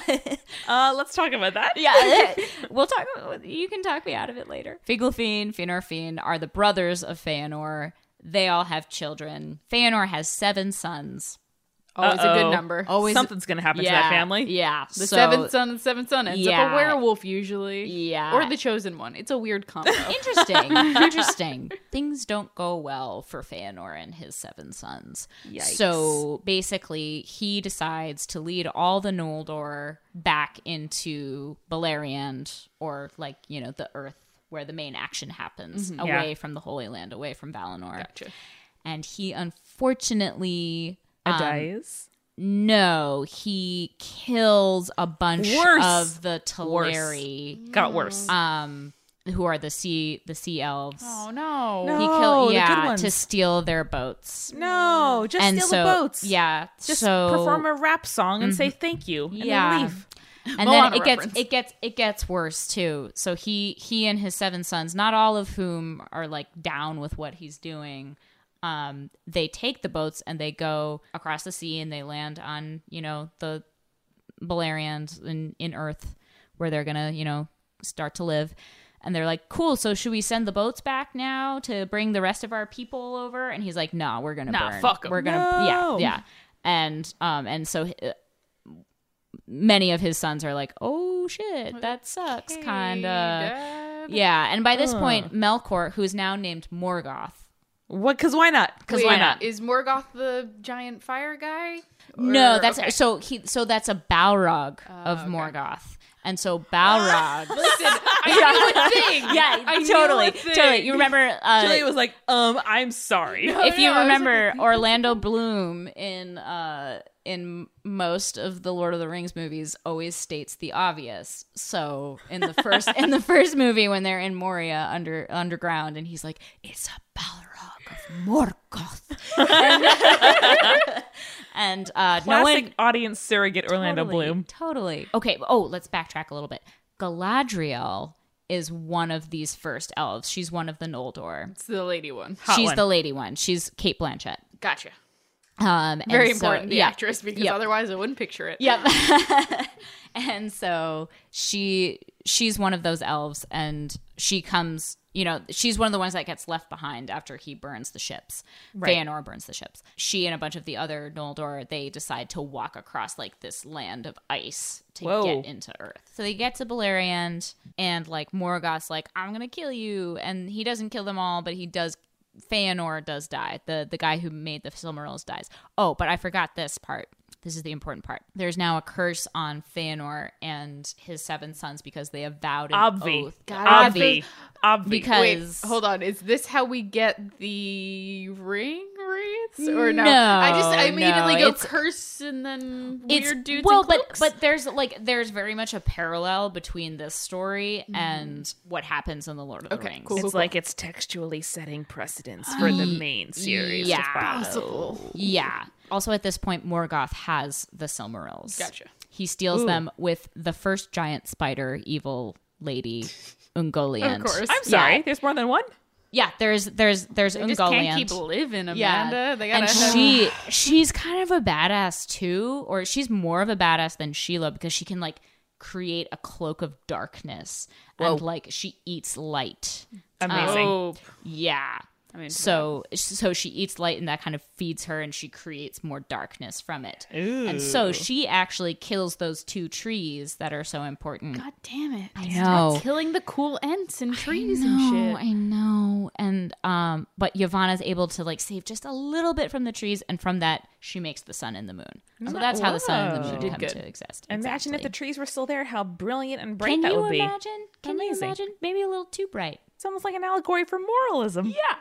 [SPEAKER 1] Uh, let's talk about that.
[SPEAKER 3] yeah, we'll talk. About, you can talk me out of it later. Figlefin, Finarfin are the brothers of Feanor. They all have children. Feanor has seven sons.
[SPEAKER 2] always a
[SPEAKER 1] Uh-oh.
[SPEAKER 2] good number.
[SPEAKER 1] Always something's gonna happen to that family.
[SPEAKER 3] Yeah,
[SPEAKER 2] The
[SPEAKER 3] so-
[SPEAKER 2] seventh son, the seventh son ends up
[SPEAKER 3] Yeah.
[SPEAKER 2] a werewolf usually.
[SPEAKER 3] Yeah.
[SPEAKER 2] Or the chosen one. It's a weird combo.
[SPEAKER 3] Interesting. Interesting. Things don't go well for Feanor and his seven sons. So basically, he decides to lead all the Noldor back into Beleriand, or like you know the Earth where the main action happens, away
[SPEAKER 1] Mm-hmm. Yeah.
[SPEAKER 3] from the Holy Land, away from Valinor.
[SPEAKER 2] gotcha.
[SPEAKER 3] and he unfortunately um,
[SPEAKER 1] dies.
[SPEAKER 3] No, he kills a bunch
[SPEAKER 1] Worse.
[SPEAKER 3] of the Teleri,
[SPEAKER 1] Got worse.
[SPEAKER 3] um, who are the sea the sea elves.
[SPEAKER 2] Oh no.
[SPEAKER 1] No.
[SPEAKER 3] he
[SPEAKER 1] Oh,
[SPEAKER 3] killed
[SPEAKER 1] the good
[SPEAKER 3] yeah to
[SPEAKER 1] ones.
[SPEAKER 3] steal their boats.
[SPEAKER 1] no, just
[SPEAKER 3] and
[SPEAKER 1] steal
[SPEAKER 3] so
[SPEAKER 1] the boats.
[SPEAKER 3] yeah,
[SPEAKER 1] Just
[SPEAKER 3] so, Mm-hmm.
[SPEAKER 1] perform a rap song and say thank you. And
[SPEAKER 3] Yeah.
[SPEAKER 1] then leave.
[SPEAKER 3] and
[SPEAKER 2] Moana
[SPEAKER 3] then it
[SPEAKER 2] reference.
[SPEAKER 3] gets it gets it gets worse too. So he he and his seven sons, not all of whom are like down with what he's doing, um, they take the boats and they go across the sea and they land on you know the Beleriand in in Earth where they're gonna you know start to live. And they're like, cool. So should we send the boats back now to bring the rest of our people over? And he's like, nah, we're gonna
[SPEAKER 2] Nah,
[SPEAKER 3] burn.
[SPEAKER 2] fuck 'em.
[SPEAKER 3] We're gonna
[SPEAKER 1] No.
[SPEAKER 3] yeah yeah. And um and so uh, many of his sons are like, "Oh shit, that sucks," kind of.
[SPEAKER 2] Dad.
[SPEAKER 3] Yeah, and by this point, Melkor, who is now named Morgoth,
[SPEAKER 1] What? Because why not? Because
[SPEAKER 2] Wait,
[SPEAKER 1] why not?
[SPEAKER 2] Is Morgoth the giant fire guy?
[SPEAKER 3] no,
[SPEAKER 2] Or-
[SPEAKER 3] that's
[SPEAKER 2] okay. Oh,
[SPEAKER 3] so he so that's a Balrog of Morgoth, and so Balrog.
[SPEAKER 2] Listen, I knew a thing.
[SPEAKER 3] yeah,
[SPEAKER 2] I knew
[SPEAKER 3] totally,
[SPEAKER 2] a thing.
[SPEAKER 3] totally. You remember?
[SPEAKER 1] Julia
[SPEAKER 3] Uh,
[SPEAKER 1] was like, um, I'm sorry.
[SPEAKER 3] if you
[SPEAKER 2] no, I was like-
[SPEAKER 3] remember Orlando Bloom in uh in most of the Lord of the Rings movies always states the obvious. So in the first in the first movie when they're in Moria under underground and he's like, It's a Balrog of Morgoth And, uh no
[SPEAKER 1] Classic
[SPEAKER 3] one
[SPEAKER 1] audience surrogate Orlando
[SPEAKER 3] totally,
[SPEAKER 1] Bloom.
[SPEAKER 3] Totally. Okay, oh let's backtrack a little bit. Galadriel is one of these first elves. She's one of the Noldor.
[SPEAKER 2] It's the lady one.
[SPEAKER 3] She's
[SPEAKER 1] one.
[SPEAKER 3] the lady one. She's Kate Blanchett.
[SPEAKER 2] Gotcha.
[SPEAKER 3] Um, and
[SPEAKER 2] Very
[SPEAKER 3] so-
[SPEAKER 2] important, the
[SPEAKER 3] yeah.
[SPEAKER 2] actress, because
[SPEAKER 3] Yep.
[SPEAKER 2] otherwise I wouldn't picture it.
[SPEAKER 3] Yep. and so she she's one of those elves, and she comes. You know, she's one of the ones that gets left behind after he burns the ships.
[SPEAKER 1] Right.
[SPEAKER 3] Feanor burns the ships. She and a bunch of the other Noldor they decide to walk across like this land of ice to
[SPEAKER 1] Whoa.
[SPEAKER 3] get into Earth. So they get to Beleriand, and like Morgoth's like, "I'm gonna kill you," and he doesn't kill them all, but he does Feanor does die. The the guy who made the Silmarils dies. Oh, but I forgot this part. This is the important part. There's now a curse on Feanor and his seven sons because they have vowed an
[SPEAKER 1] Obvi.
[SPEAKER 3] oath.
[SPEAKER 1] Obvi. Obvi.
[SPEAKER 3] Oh, Because
[SPEAKER 2] Wait, hold on. Is this how we get the ring wreaths? Or no?
[SPEAKER 3] No,
[SPEAKER 2] I just I immediately
[SPEAKER 3] no,
[SPEAKER 2] go
[SPEAKER 3] it's-
[SPEAKER 2] curse and then weird
[SPEAKER 3] it's
[SPEAKER 2] dudes.
[SPEAKER 3] well,
[SPEAKER 2] in
[SPEAKER 3] but
[SPEAKER 2] cloaks.
[SPEAKER 3] but there's like there's very much a parallel between this story and what happens in the Lord of the
[SPEAKER 2] Mm-hmm. Okay,
[SPEAKER 3] Rings.
[SPEAKER 2] cool.
[SPEAKER 1] It's like it's textually setting precedence for the main series. to
[SPEAKER 3] yeah.
[SPEAKER 1] follow.
[SPEAKER 2] Oh.
[SPEAKER 3] Yeah. Also, at this point, Morgoth has the Silmarils.
[SPEAKER 2] Gotcha.
[SPEAKER 3] He steals them with the first giant spider, evil lady, Ungoliant.
[SPEAKER 2] of course.
[SPEAKER 1] I'm sorry.
[SPEAKER 3] Yeah.
[SPEAKER 1] There's more than one.
[SPEAKER 3] Yeah, there's there's there's
[SPEAKER 2] They just
[SPEAKER 3] Ungoliant.
[SPEAKER 2] can't keep living, Amanda. They gotta
[SPEAKER 3] and
[SPEAKER 2] have-
[SPEAKER 3] she she's kind of a badass too, or she's more of a badass than Sheila because she can like create a cloak of darkness and like she eats light.
[SPEAKER 1] Amazing.
[SPEAKER 2] Oh,
[SPEAKER 3] Yeah.
[SPEAKER 2] I mean,
[SPEAKER 3] So so she eats light and that kind of feeds her and she creates more darkness from it. And so she actually kills those two trees that are so important.
[SPEAKER 2] God damn it! I
[SPEAKER 3] know.
[SPEAKER 2] killing the cool ants and trees
[SPEAKER 3] No,
[SPEAKER 2] and shit.
[SPEAKER 3] I know. And um but Yavanna's able to like save just a little bit from the trees and from that she makes the sun and the moon. So that's how the sun and the moon come
[SPEAKER 2] good.
[SPEAKER 3] to exist.
[SPEAKER 1] Imagine if the
[SPEAKER 3] Exactly.
[SPEAKER 1] trees were still there, how brilliant and bright
[SPEAKER 3] Can
[SPEAKER 1] that
[SPEAKER 3] you
[SPEAKER 1] would be.
[SPEAKER 3] imagine? Can you
[SPEAKER 1] Amazing.
[SPEAKER 3] imagine? Maybe a little too bright.
[SPEAKER 1] It's almost like an allegory for moralism. Yeah.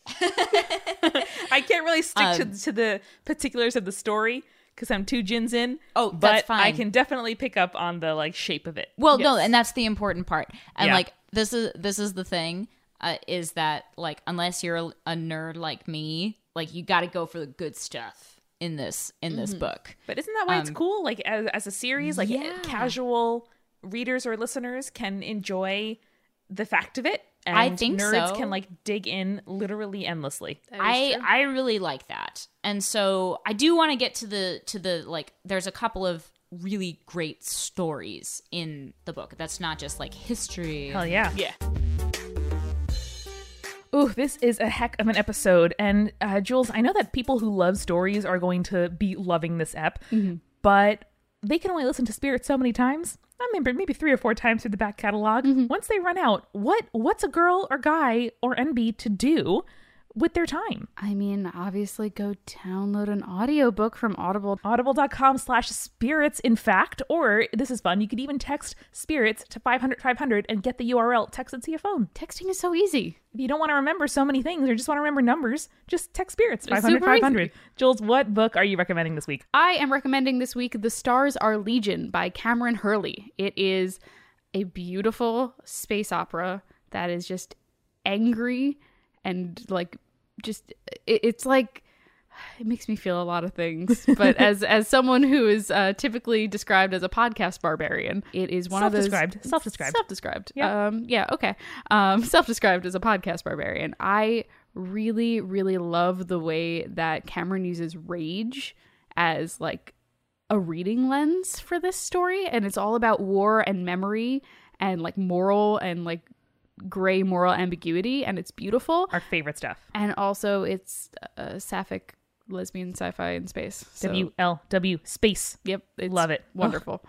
[SPEAKER 1] I can't really stick
[SPEAKER 3] Um,
[SPEAKER 1] to, to the particulars of the story because I'm two gins in.
[SPEAKER 3] Oh,
[SPEAKER 1] but
[SPEAKER 3] that's
[SPEAKER 1] I
[SPEAKER 3] fine.
[SPEAKER 1] can definitely pick up on the like shape of it.
[SPEAKER 3] Well, no, and that's the important part. And
[SPEAKER 1] Yeah.
[SPEAKER 3] like this is this is the thing uh, is that like unless you're a, a nerd like me, like you got to go for the good stuff in this in this
[SPEAKER 1] Mm-hmm.
[SPEAKER 3] book.
[SPEAKER 1] But isn't that why it's cool? Like as, as a series, like
[SPEAKER 3] Um, Yeah.
[SPEAKER 1] casual readers or listeners can enjoy the fact of it. And
[SPEAKER 3] I think
[SPEAKER 1] nerds
[SPEAKER 3] so.
[SPEAKER 1] can like dig in literally endlessly.
[SPEAKER 3] I I really like that. And so I do want to get to the to the like there's a couple of really great stories in the book. That's not just like history.
[SPEAKER 1] Hell yeah.
[SPEAKER 2] Yeah.
[SPEAKER 1] Ooh, this is a heck of an episode. And uh, Jules, I know that people who love stories are going to be loving this ep, but they can only listen to Spirit so many times. I remember maybe three or four times through the back catalog. Once they run out, what what's a girl or guy or NB to do with their time.
[SPEAKER 2] I mean, obviously, go download an audiobook from Audible.
[SPEAKER 1] Audible.com slash spirits, in fact, or this is fun. You could even text spirits to 500 500 and get the URL texted to your phone.
[SPEAKER 2] Texting is so easy.
[SPEAKER 1] If you don't want to remember so many things or just want to remember numbers, just text spirits 500
[SPEAKER 2] super
[SPEAKER 1] 500. Jules, what book are you recommending this week?
[SPEAKER 2] I am recommending this week The Stars Are Legion by Cameron Hurley. It is a beautiful space opera that is just angry and like just it, it's like it makes me feel a lot of things but as as someone who is uh, typically described as a podcast barbarian it is one of those
[SPEAKER 1] Self-described. Self-described.
[SPEAKER 2] self-described
[SPEAKER 1] Yeah.
[SPEAKER 2] um yeah okay um self-described as a podcast barbarian i really really love the way that cameron uses rage as like a reading lens for this story and it's all about war and memory and like moral and like gray moral ambiguity and it's beautiful
[SPEAKER 1] Our favorite stuff.
[SPEAKER 2] and also it's uh, sapphic lesbian sci-fi in space so,
[SPEAKER 1] WLW space.
[SPEAKER 2] yep it's
[SPEAKER 1] Love it. Oh.
[SPEAKER 2] wonderful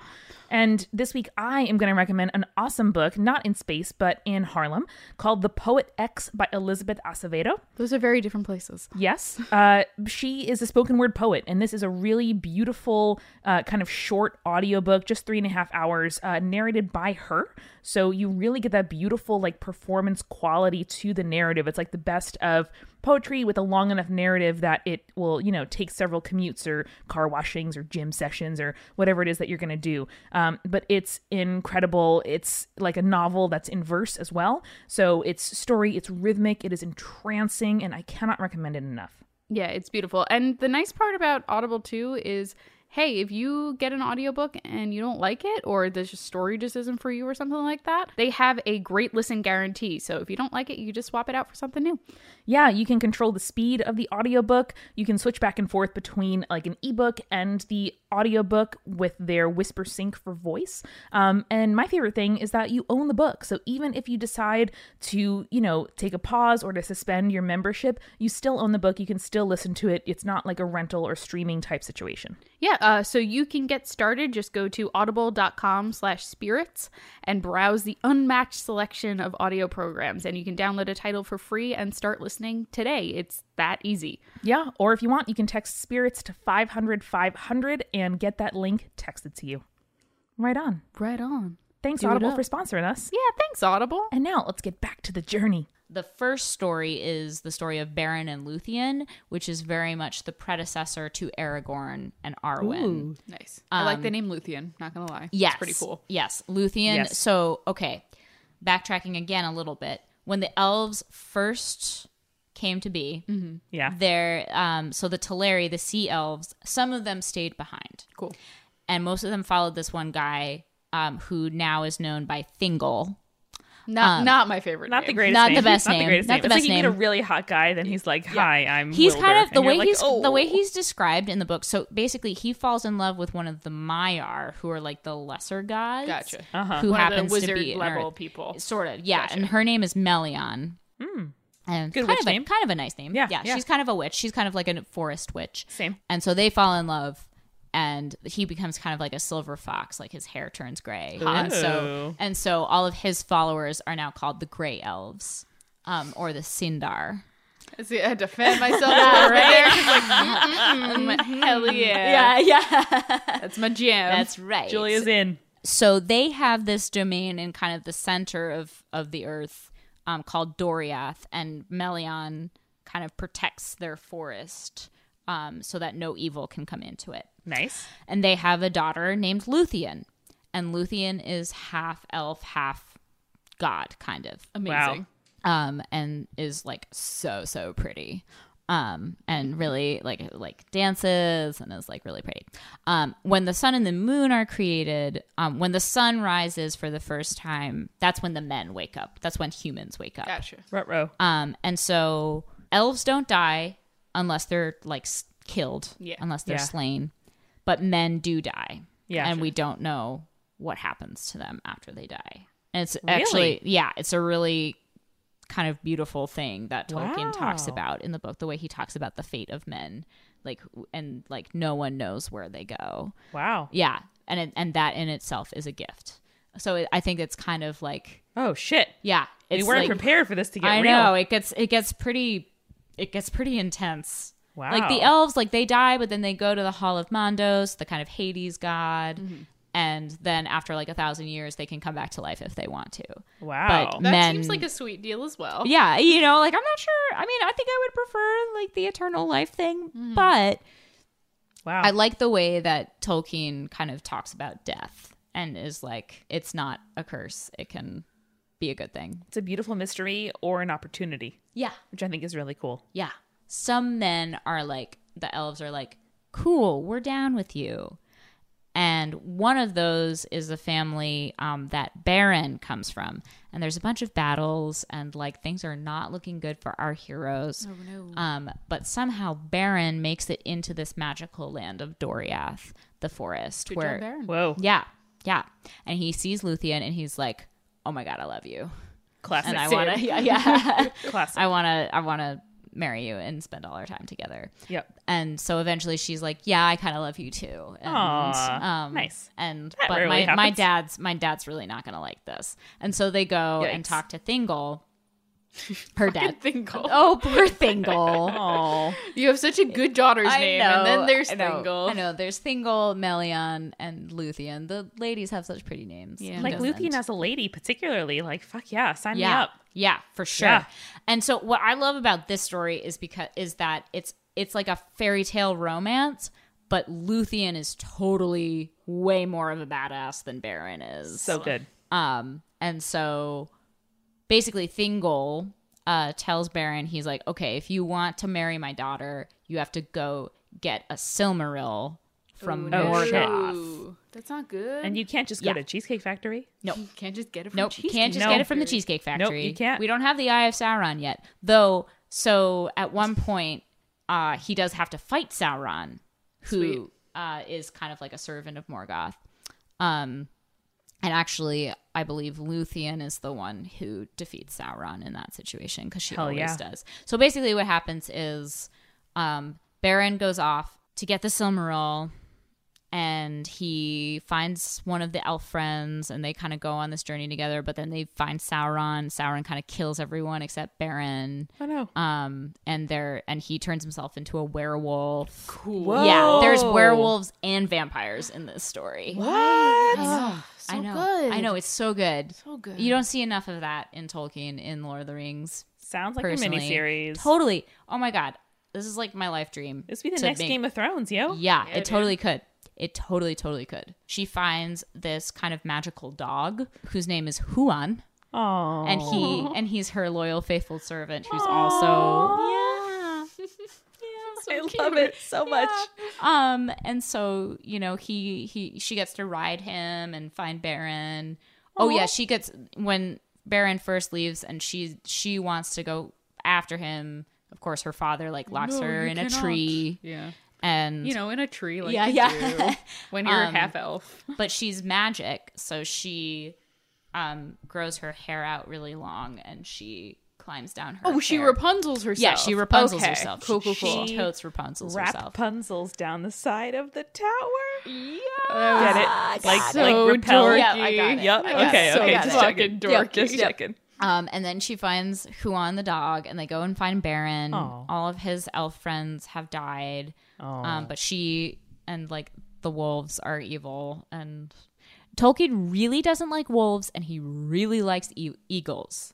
[SPEAKER 1] And this week, I am going to recommend an awesome book, not in space, but in Harlem, called The Poet X by Elizabeth Acevedo.
[SPEAKER 2] those are very different places
[SPEAKER 1] Yes. Uh, she is a spoken word poet, and this is a really beautiful, uh, kind of short audiobook, just three and a half hours, uh, narrated by her. So you really get that beautiful, like, performance quality to the narrative. It's like the best of poetry with a long enough narrative that it will, you know, take several commutes or car washings or gym sessions or whatever it is that you're going to do. Um, but it's incredible. It's like a novel that's in verse as well. So its story, it's rhythmic, it is entrancing, and I cannot recommend it enough.
[SPEAKER 2] Yeah, it's beautiful. And the nice part about Audible too is hey, if you get an audiobook and you don't like it or the story just isn't for you or something like that, they have a great listen guarantee. So if you don't like it, you just swap it out for something new.
[SPEAKER 1] Yeah, you can control the speed of the audiobook. You can switch back and forth between like an ebook and the audiobook with their whisper sync for voice. Um, and my favorite thing is that you own the book. So even if you decide to, you know, take a pause or to suspend your membership, you still own the book. You can still listen to it. It's not like a rental or streaming type situation.
[SPEAKER 2] Yeah, uh, so you can get started. Just go to audible.com slash spirits and browse the unmatched selection of audio programs. And you can download a title for free and start listening today. It's that easy.
[SPEAKER 1] Yeah, or if you want, you can text spirits to 500 500 and get that link texted to you. Right on.
[SPEAKER 2] Right on.
[SPEAKER 1] Thanks,
[SPEAKER 2] Do it
[SPEAKER 1] Audible,
[SPEAKER 2] up.
[SPEAKER 1] for sponsoring us.
[SPEAKER 2] Yeah, thanks, Audible.
[SPEAKER 1] And now let's get back to the journey.
[SPEAKER 3] The first story is the story of Baron and Luthien, which is very much the predecessor to Aragorn and Arwen.
[SPEAKER 2] Nice. I like the name Luthien, not going to lie.
[SPEAKER 3] Yes.
[SPEAKER 2] It's pretty cool.
[SPEAKER 3] Yes. Luthien.
[SPEAKER 1] Yes.
[SPEAKER 3] So, okay. Backtracking again a little bit. When the elves first came to be,
[SPEAKER 1] Yeah.
[SPEAKER 3] there um so the Teleri, the sea elves, some of them stayed behind.
[SPEAKER 2] Cool.
[SPEAKER 3] And most of them followed this one guy um, who now is known by Thingol.
[SPEAKER 2] Not not my favorite.
[SPEAKER 1] Not the
[SPEAKER 2] name.
[SPEAKER 1] greatest
[SPEAKER 3] Not the
[SPEAKER 1] name.
[SPEAKER 3] best
[SPEAKER 1] Not
[SPEAKER 3] name.
[SPEAKER 1] the greatest
[SPEAKER 3] Not
[SPEAKER 1] name.
[SPEAKER 3] the
[SPEAKER 1] it's
[SPEAKER 3] best
[SPEAKER 1] like you meet a
[SPEAKER 3] name.
[SPEAKER 1] really hot guy, then he's like, hi,
[SPEAKER 2] Mm-hmm.
[SPEAKER 1] I'm
[SPEAKER 3] he's
[SPEAKER 1] Wilbur.
[SPEAKER 3] kind of the
[SPEAKER 1] And you're
[SPEAKER 3] way
[SPEAKER 1] like,
[SPEAKER 3] he's
[SPEAKER 1] "Oh."
[SPEAKER 3] the way he's described in the book. So basically, he falls in love with one of the Maiar, who are like the lesser gods,
[SPEAKER 2] Gotcha.
[SPEAKER 3] who
[SPEAKER 2] One of the
[SPEAKER 3] happens
[SPEAKER 2] wizard
[SPEAKER 3] to be an
[SPEAKER 2] level
[SPEAKER 3] Earth-
[SPEAKER 2] people.
[SPEAKER 3] sort of. Yeah, and her name is Melion. And
[SPEAKER 1] Hmm. Good
[SPEAKER 3] kind
[SPEAKER 1] witch
[SPEAKER 3] of a,
[SPEAKER 1] name.
[SPEAKER 3] Kind of a nice name.
[SPEAKER 1] Yeah,
[SPEAKER 3] yeah,
[SPEAKER 1] yeah.
[SPEAKER 3] She's kind of a witch. She's kind of like a forest witch.
[SPEAKER 1] Same.
[SPEAKER 3] And so they fall in love, and he becomes kind of like a silver fox. Like his hair turns gray, and
[SPEAKER 1] Oh.
[SPEAKER 3] so and so all of his followers are now called the Gray Elves, um, or the Sindar.
[SPEAKER 2] See, I defend myself right there. 'cause, Like, mm, mm, mm, hell yeah.
[SPEAKER 3] yeah.
[SPEAKER 2] that's my jam.
[SPEAKER 3] That's right.
[SPEAKER 1] Julia's in.
[SPEAKER 3] so they have this domain in kind of the center of of the earth um, called Doriath, and Melion kind of protects their forest um, so that no evil can come into it.
[SPEAKER 1] Nice.
[SPEAKER 3] And they have a daughter named Luthien, and Luthien is half elf, half god, kind of,
[SPEAKER 2] amazing.
[SPEAKER 1] Wow.
[SPEAKER 3] um, and is like so so pretty. Um, and really like like dances and is like really pretty. Um, when the sun and the moon are created, um, when the sun rises for the first time, that's when the men wake up. That's when humans wake up.
[SPEAKER 2] Gotcha.
[SPEAKER 1] Rutro.
[SPEAKER 3] Um, and so elves don't die unless they're like s- killed,
[SPEAKER 2] Yeah.
[SPEAKER 3] unless they're
[SPEAKER 1] Yeah.
[SPEAKER 3] slain. But men do die,
[SPEAKER 1] Yeah.
[SPEAKER 3] and we don't know what happens to them after they die. And it's actually, yeah, it's a really kind of beautiful thing that Tolkien talks
[SPEAKER 1] Wow.
[SPEAKER 3] about in the book. The way he talks about the fate of men, like, w- and like no one knows where they go.
[SPEAKER 1] Wow.
[SPEAKER 3] Yeah, and it, and that in itself is a gift. So it, I think it's kind of like,
[SPEAKER 1] Oh, shit.
[SPEAKER 3] yeah,
[SPEAKER 1] We
[SPEAKER 3] it's
[SPEAKER 1] weren't
[SPEAKER 3] like,
[SPEAKER 1] prepared for this to get
[SPEAKER 3] I
[SPEAKER 1] real.
[SPEAKER 3] know it gets it gets pretty it gets pretty intense.
[SPEAKER 1] Wow.
[SPEAKER 3] Like the elves, like they die, but then they go to the Hall of Mondos, the kind of Hades god.
[SPEAKER 1] Mm-hmm.
[SPEAKER 3] And then after like a thousand years, they can come back to life if they want to.
[SPEAKER 1] Wow.
[SPEAKER 3] But
[SPEAKER 1] That
[SPEAKER 2] That
[SPEAKER 3] men,
[SPEAKER 2] seems like a sweet deal as
[SPEAKER 1] Oh.
[SPEAKER 2] well.
[SPEAKER 3] yeah, you know, like I'm not sure. I mean, I think I would prefer like the eternal life thing, but
[SPEAKER 1] Mm-hmm. Wow.
[SPEAKER 3] I like the way that Tolkien kind of talks about death and is like, it's not a curse; it can be a good thing.
[SPEAKER 1] it's a beautiful mystery or an opportunity,
[SPEAKER 3] Yeah,
[SPEAKER 1] which I think is really cool.
[SPEAKER 3] Yeah. Some men are like, the elves are like, cool, we're down with you. And one of those is a family um, that Baron comes from. And there's a bunch of battles, and like things are not looking good for our heroes. Oh, no. um, but somehow Baron makes it into this magical land of Doriath, the forest.
[SPEAKER 2] Good
[SPEAKER 3] where,
[SPEAKER 2] job, Baron.
[SPEAKER 1] Whoa.
[SPEAKER 3] Yeah, yeah. And he sees Luthien and he's like, oh my God, I love you.
[SPEAKER 1] Classic.
[SPEAKER 3] And I want to, yeah, yeah.
[SPEAKER 1] Classic.
[SPEAKER 3] I want to I want to marry you and spend all our time together.
[SPEAKER 1] Yep.
[SPEAKER 3] And so eventually she's like, "Yeah, I kind of love you too." And um,
[SPEAKER 1] Aw, nice.
[SPEAKER 3] And
[SPEAKER 1] That
[SPEAKER 3] but
[SPEAKER 1] rarely
[SPEAKER 3] my, my
[SPEAKER 1] happens.
[SPEAKER 3] dad's my dad's really not going to like this. And so they go and
[SPEAKER 1] Yikes.
[SPEAKER 3] talk to Thingol. Her dad.
[SPEAKER 2] Thingle.
[SPEAKER 3] Oh, poor Thingol.
[SPEAKER 1] Oh.
[SPEAKER 2] You have such a good daughter's
[SPEAKER 3] I
[SPEAKER 2] name,
[SPEAKER 3] know,
[SPEAKER 2] and then there's
[SPEAKER 3] I know,
[SPEAKER 2] Thingle.
[SPEAKER 3] I know. There's Thingol, Melion, and Luthien. The ladies have such pretty names.
[SPEAKER 2] Yeah.
[SPEAKER 3] He
[SPEAKER 1] Like
[SPEAKER 3] doesn't.
[SPEAKER 1] Luthien as a lady, particularly. Like, fuck yeah, sign
[SPEAKER 3] yeah,
[SPEAKER 1] me up.
[SPEAKER 3] Yeah, for sure.
[SPEAKER 1] Yeah.
[SPEAKER 3] And so what I love about this story is because is that it's it's like a fairy tale romance, but Luthien is totally way more of a badass than Baron is.
[SPEAKER 1] So good.
[SPEAKER 3] Um, and so basically Thingol uh, tells Baron, he's like, okay, if you want to marry my daughter, you have to go get a Silmaril from
[SPEAKER 1] no. Oh, shit.
[SPEAKER 3] Morgoth.
[SPEAKER 2] Ooh, that's not good.
[SPEAKER 1] And you can't just go
[SPEAKER 3] Yeah.
[SPEAKER 1] to Cheesecake Factory.
[SPEAKER 3] No,
[SPEAKER 2] You can't just get it from
[SPEAKER 3] Nope, you can't just
[SPEAKER 1] No.
[SPEAKER 3] get it from the
[SPEAKER 2] Factory.
[SPEAKER 3] Cheesecake Factory.
[SPEAKER 1] you can't.
[SPEAKER 3] We don't have the Eye of Sauron yet, though. So at one point, uh, he does have to fight Sauron, who
[SPEAKER 2] Sweet.
[SPEAKER 3] uh, is kind of like a servant of Morgoth. Um, and actually, I believe Luthien is the one who defeats Sauron in that situation because she
[SPEAKER 1] Hell
[SPEAKER 3] always
[SPEAKER 1] yeah.
[SPEAKER 3] does. So basically, what happens is um, Baron goes off to get the Silmaril and he finds one of the elf friends and they kind of go on this journey together but then they find sauron sauron kind of kills everyone except baron
[SPEAKER 1] Oh no.
[SPEAKER 3] um and they're and he turns himself into a werewolf
[SPEAKER 2] Cool.
[SPEAKER 1] Whoa.
[SPEAKER 3] yeah there's werewolves and vampires in this story
[SPEAKER 1] What?
[SPEAKER 2] Oh, so
[SPEAKER 3] i know
[SPEAKER 2] good.
[SPEAKER 3] i know it's so good
[SPEAKER 2] So good.
[SPEAKER 3] you don't see enough of that in tolkien in lord of the rings
[SPEAKER 1] Sounds like
[SPEAKER 3] personally
[SPEAKER 1] a miniseries.
[SPEAKER 3] totally oh my god this is like my life dream
[SPEAKER 1] this would be the
[SPEAKER 3] to
[SPEAKER 1] next
[SPEAKER 3] make-
[SPEAKER 1] Game of Thrones, yo.
[SPEAKER 3] yeah,
[SPEAKER 2] Yeah,
[SPEAKER 3] it
[SPEAKER 2] dude.
[SPEAKER 3] totally could. It totally, totally could. She finds this kind of magical dog whose name is Huan,
[SPEAKER 1] Oh.
[SPEAKER 3] and he and he's her loyal, faithful servant who's also yeah.
[SPEAKER 1] I love it so much.
[SPEAKER 3] Um, and so you know he he she gets to ride him and find Baron. Oh yeah, she gets when Baron first leaves, and she she wants to go after him. Of course, her father like locks
[SPEAKER 2] No,
[SPEAKER 3] her
[SPEAKER 2] you
[SPEAKER 3] in a
[SPEAKER 2] cannot.
[SPEAKER 3] tree,
[SPEAKER 2] Yeah.
[SPEAKER 3] and
[SPEAKER 2] You know, in a tree like
[SPEAKER 3] Yeah,
[SPEAKER 2] you
[SPEAKER 3] yeah.
[SPEAKER 2] do when you're
[SPEAKER 3] Um,
[SPEAKER 2] a half elf.
[SPEAKER 3] but she's magic, so she um grows her hair out really long and she climbs down her.
[SPEAKER 2] Oh, she
[SPEAKER 3] hair.
[SPEAKER 2] Rapunzels herself.
[SPEAKER 3] Yeah, she Rapunzels
[SPEAKER 2] Okay,
[SPEAKER 3] herself.
[SPEAKER 2] Cool, cool,
[SPEAKER 3] She-
[SPEAKER 2] cool.
[SPEAKER 3] She totes Rapunzels herself.
[SPEAKER 1] Rapunzel's down the side of the tower.
[SPEAKER 2] Uh,
[SPEAKER 1] Get it? Like,
[SPEAKER 2] so
[SPEAKER 1] like repel.
[SPEAKER 2] dorky.
[SPEAKER 3] Yeah, I got it.
[SPEAKER 1] Yep.
[SPEAKER 3] I got
[SPEAKER 1] okay.
[SPEAKER 3] it.
[SPEAKER 1] Okay.
[SPEAKER 3] I got
[SPEAKER 1] Just
[SPEAKER 3] it.
[SPEAKER 1] checking.
[SPEAKER 2] Fucking
[SPEAKER 1] Yep,
[SPEAKER 2] dorky.
[SPEAKER 1] Just checking.
[SPEAKER 3] Um, and then she finds Huan the dog, and they go and find Baron.
[SPEAKER 1] Aw.
[SPEAKER 3] All of his elf friends have died, um, but she and like the wolves are evil. And Tolkien really doesn't like wolves, and he really likes e- eagles.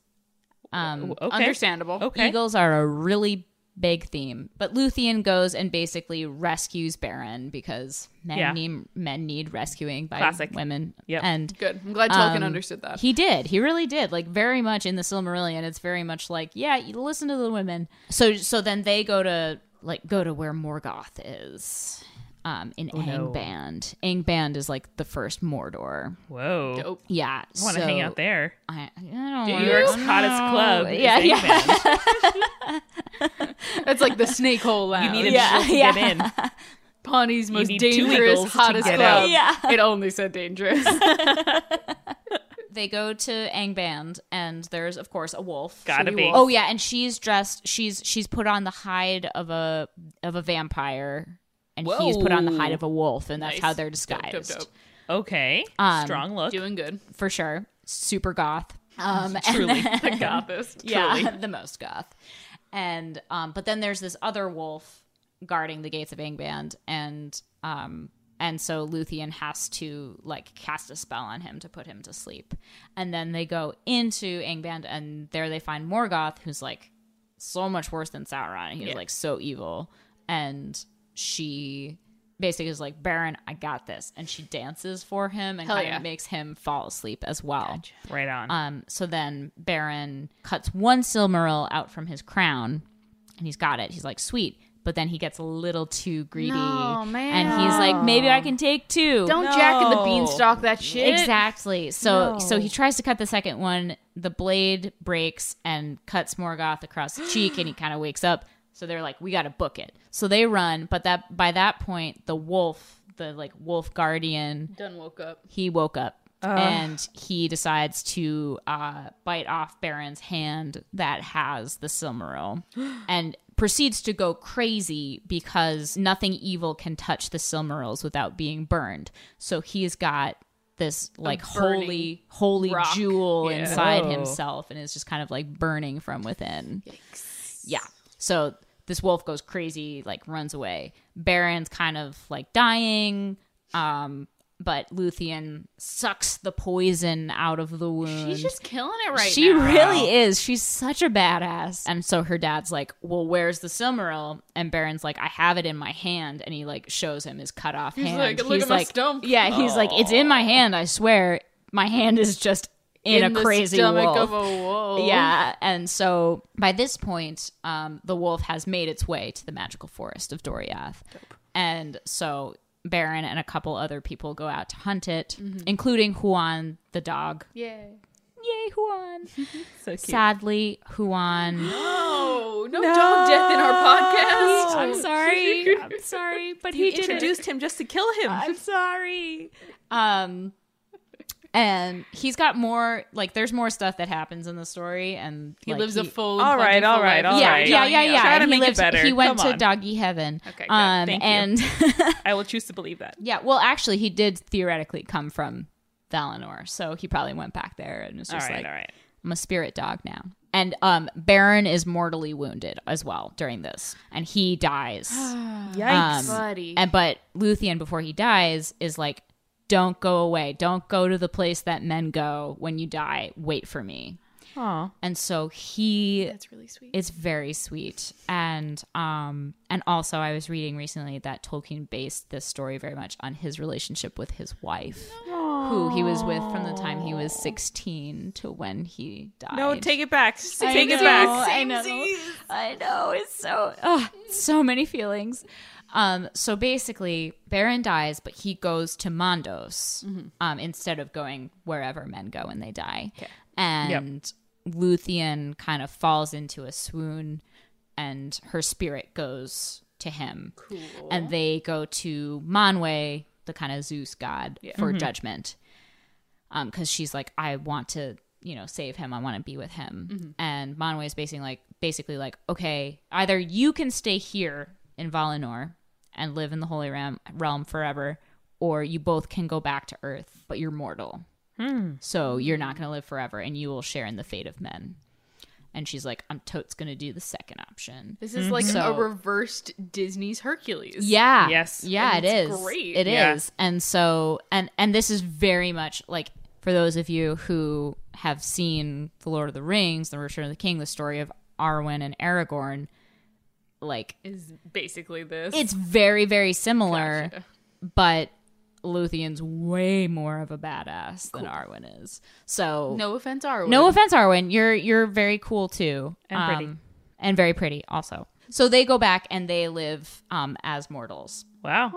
[SPEAKER 3] Um,
[SPEAKER 1] Okay.
[SPEAKER 2] Understandable.
[SPEAKER 1] Okay.
[SPEAKER 3] Eagles are a really big theme, but Luthien goes and basically rescues Baron because men
[SPEAKER 1] Yeah.
[SPEAKER 3] need men need rescuing by
[SPEAKER 1] Classic.
[SPEAKER 3] women.
[SPEAKER 1] Yep.
[SPEAKER 3] and
[SPEAKER 2] Good. I'm glad Tolkien
[SPEAKER 3] um,
[SPEAKER 2] understood that.
[SPEAKER 3] He did. He really did. Like very much in the Silmarillion, it's very much like, yeah, you listen to the women. So so then they go to like go to where Morgoth is. Um, in
[SPEAKER 2] Oh,
[SPEAKER 3] Angband. Angband is like the first Mordor.
[SPEAKER 1] Whoa.
[SPEAKER 2] Dope.
[SPEAKER 3] Yeah.
[SPEAKER 1] Want to hang out there?
[SPEAKER 3] I, I don't
[SPEAKER 1] New
[SPEAKER 3] wanna-
[SPEAKER 1] York's
[SPEAKER 3] I don't
[SPEAKER 1] hottest
[SPEAKER 3] know.
[SPEAKER 1] club. is
[SPEAKER 3] Oh, Yeah, yeah.
[SPEAKER 1] Eggman.
[SPEAKER 2] That's like the snake hole lounge.
[SPEAKER 1] You need a
[SPEAKER 3] Yeah,
[SPEAKER 1] yeah, to
[SPEAKER 3] yeah.
[SPEAKER 1] get in.
[SPEAKER 2] Pawnee's most
[SPEAKER 1] need two
[SPEAKER 2] dangerous,
[SPEAKER 1] eagles to
[SPEAKER 2] hottest
[SPEAKER 1] get
[SPEAKER 2] club.
[SPEAKER 1] out.
[SPEAKER 3] Yeah.
[SPEAKER 2] It only said dangerous.
[SPEAKER 3] they go to Angband, and there's of course a wolf.
[SPEAKER 1] Gotta
[SPEAKER 3] She
[SPEAKER 1] be.
[SPEAKER 3] wolf. Oh yeah, and she's dressed. She's she's put on the hide of a of a vampire, and he's put on the hide
[SPEAKER 2] Whoa.
[SPEAKER 3] of a wolf, and that's
[SPEAKER 2] Nice.
[SPEAKER 3] how they're
[SPEAKER 2] Dope,
[SPEAKER 3] disguised
[SPEAKER 2] dope, dope.
[SPEAKER 1] Okay.
[SPEAKER 3] Um,
[SPEAKER 1] Strong look.
[SPEAKER 2] Doing good.
[SPEAKER 3] for sure. Super goth. Um, and
[SPEAKER 1] Truly.
[SPEAKER 2] The gothest.
[SPEAKER 3] yeah, the most goth. And um, but then there's this other wolf guarding the gates of Angband, and um, and so Luthien has to like cast a spell on him to put him to sleep. And then they go into Angband, and there they find Morgoth, who's like so much worse than Sauron. He was like so evil, and she basically is like, "Baron, I got this," and she dances for him and
[SPEAKER 2] Hell
[SPEAKER 3] kind
[SPEAKER 2] yeah.
[SPEAKER 3] of makes him fall asleep as well.
[SPEAKER 1] Right on.
[SPEAKER 3] Um, so then Baron cuts one Silmaril out from his crown, and he's got it. He's like, sweet. But then he gets a little too greedy,
[SPEAKER 2] No, man.
[SPEAKER 3] and he's like, maybe I can take two.
[SPEAKER 2] Don't Jack and the
[SPEAKER 1] No.
[SPEAKER 2] Beanstalk that shit.
[SPEAKER 3] Exactly. So
[SPEAKER 1] No.
[SPEAKER 3] so he tries to cut the second one. The blade breaks and cuts Morgoth across the cheek, and he kind of wakes up. So they're like, "We got to book it." So they run, but that by that point, the wolf, the like wolf guardian,
[SPEAKER 2] Done woke up.
[SPEAKER 3] he woke up
[SPEAKER 2] Uh.
[SPEAKER 3] and he decides to uh, bite off Baron's hand that has the Silmaril and proceeds to go crazy because nothing evil can touch the Silmarils without being burned. So he's got this like
[SPEAKER 2] burning
[SPEAKER 3] holy holy
[SPEAKER 2] rock.
[SPEAKER 3] jewel
[SPEAKER 2] Yeah.
[SPEAKER 3] inside
[SPEAKER 1] Whoa.
[SPEAKER 3] himself and is just kind of like burning from within. Yeah. So this wolf goes crazy, like runs away. Baron's kind of like dying. Um, but Luthien sucks the poison out of the wound.
[SPEAKER 2] She's just killing it right
[SPEAKER 3] she
[SPEAKER 2] now.
[SPEAKER 3] really is. She's such a badass. And so her dad's like, "Well, where's the Silmaril?" And Baron's like, "I have it in my hand." And he like shows him his cut off hand.
[SPEAKER 2] like, "Look at my stump."
[SPEAKER 3] Yeah, he's like, "It's in my hand. I swear, my hand is just in, a
[SPEAKER 2] the
[SPEAKER 3] crazy
[SPEAKER 2] stomach
[SPEAKER 3] wolf."
[SPEAKER 2] of a wolf.
[SPEAKER 3] Yeah, and so by this point, um, the wolf has made its way to the magical forest of Doriath, and so Baron and a couple other people go out to hunt it,
[SPEAKER 2] Mm-hmm.
[SPEAKER 3] including Huan the dog.
[SPEAKER 2] Yay.
[SPEAKER 3] Yay, Huan! Sadly, Huan.
[SPEAKER 2] Oh, no, dog death in our podcast.
[SPEAKER 3] I'm sorry. I'm sorry, but he
[SPEAKER 1] you
[SPEAKER 3] did it.
[SPEAKER 1] introduced him just to kill him.
[SPEAKER 3] I'm sorry. Um, and he's got more. Like, there's more stuff that happens in the story, and
[SPEAKER 2] He
[SPEAKER 3] like,
[SPEAKER 2] lives a full
[SPEAKER 1] All
[SPEAKER 2] and
[SPEAKER 1] right,
[SPEAKER 2] plentiful
[SPEAKER 1] all right,
[SPEAKER 2] life.
[SPEAKER 1] all
[SPEAKER 3] yeah,
[SPEAKER 1] right.
[SPEAKER 3] yeah, yeah, yeah.
[SPEAKER 1] Try to
[SPEAKER 3] And he
[SPEAKER 1] make it
[SPEAKER 3] lived-
[SPEAKER 1] better.
[SPEAKER 3] He went
[SPEAKER 1] Come
[SPEAKER 3] to
[SPEAKER 1] on.
[SPEAKER 3] doggy heaven.
[SPEAKER 2] Okay, good.
[SPEAKER 3] Um,
[SPEAKER 1] Thank you.
[SPEAKER 3] and
[SPEAKER 1] I will choose to believe that.
[SPEAKER 3] yeah, well, actually, he did theoretically come from Valinor, so he probably went back there and was
[SPEAKER 1] All
[SPEAKER 3] just
[SPEAKER 1] right,
[SPEAKER 3] like,
[SPEAKER 1] all right.
[SPEAKER 3] "I'm a spirit dog now." And um, Baron is mortally wounded as well during this, and he dies.
[SPEAKER 1] Yikes.
[SPEAKER 2] Buddy.
[SPEAKER 3] And but Luthien before he dies is like, "Don't go away. Don't go to the place that men go when you die. Wait for me."
[SPEAKER 1] Aw.
[SPEAKER 3] And so he
[SPEAKER 2] That's really sweet.
[SPEAKER 3] it's very sweet and um and also i was reading recently that tolkien based this story very much on his relationship with his wife who he was with from the time he was 16 to when he died
[SPEAKER 1] No, take it back.
[SPEAKER 3] I
[SPEAKER 1] Take it
[SPEAKER 3] know,
[SPEAKER 1] back.
[SPEAKER 3] I know. I know. It's so ugh, so many feelings. Um, so basically, Baron dies, but he goes to Mondos
[SPEAKER 1] Mm-hmm.
[SPEAKER 3] um, instead of going wherever men go when they die. And Luthien kind of falls into a swoon, and her spirit goes to him. Cool. And they go to Manwe, the kind of Zeus god, for
[SPEAKER 1] Mm-hmm.
[SPEAKER 3] judgment um because she's like i want to you know save him i want to be with him and manwe is basically like basically like okay either you can stay here in valinor and live in the holy realm, realm forever or you both can go back to earth but you're mortal so you're not going to live forever and you will share in the fate of men and she's like i'm totes going to do the second option
[SPEAKER 2] this is like a
[SPEAKER 3] So-
[SPEAKER 2] reversed Disney's Hercules.
[SPEAKER 3] yeah.
[SPEAKER 1] Yes.
[SPEAKER 3] Yeah,
[SPEAKER 2] And
[SPEAKER 3] it
[SPEAKER 2] it's
[SPEAKER 3] is.
[SPEAKER 2] great.
[SPEAKER 3] It is.
[SPEAKER 1] Yeah.
[SPEAKER 3] And so and and this is very much like for those of you who have seen The Lord of the Rings, The Return of the King, the story of Arwen and Aragorn, like
[SPEAKER 2] Is basically this.
[SPEAKER 3] it's very very similar, but Luthien's way more of a badass than Arwen is. So
[SPEAKER 2] no offense, Arwen.
[SPEAKER 3] no offense, Arwen. You're you're very cool too, Um,
[SPEAKER 1] And pretty.
[SPEAKER 3] and very pretty also. So they go back and they live um, as mortals,
[SPEAKER 1] Wow.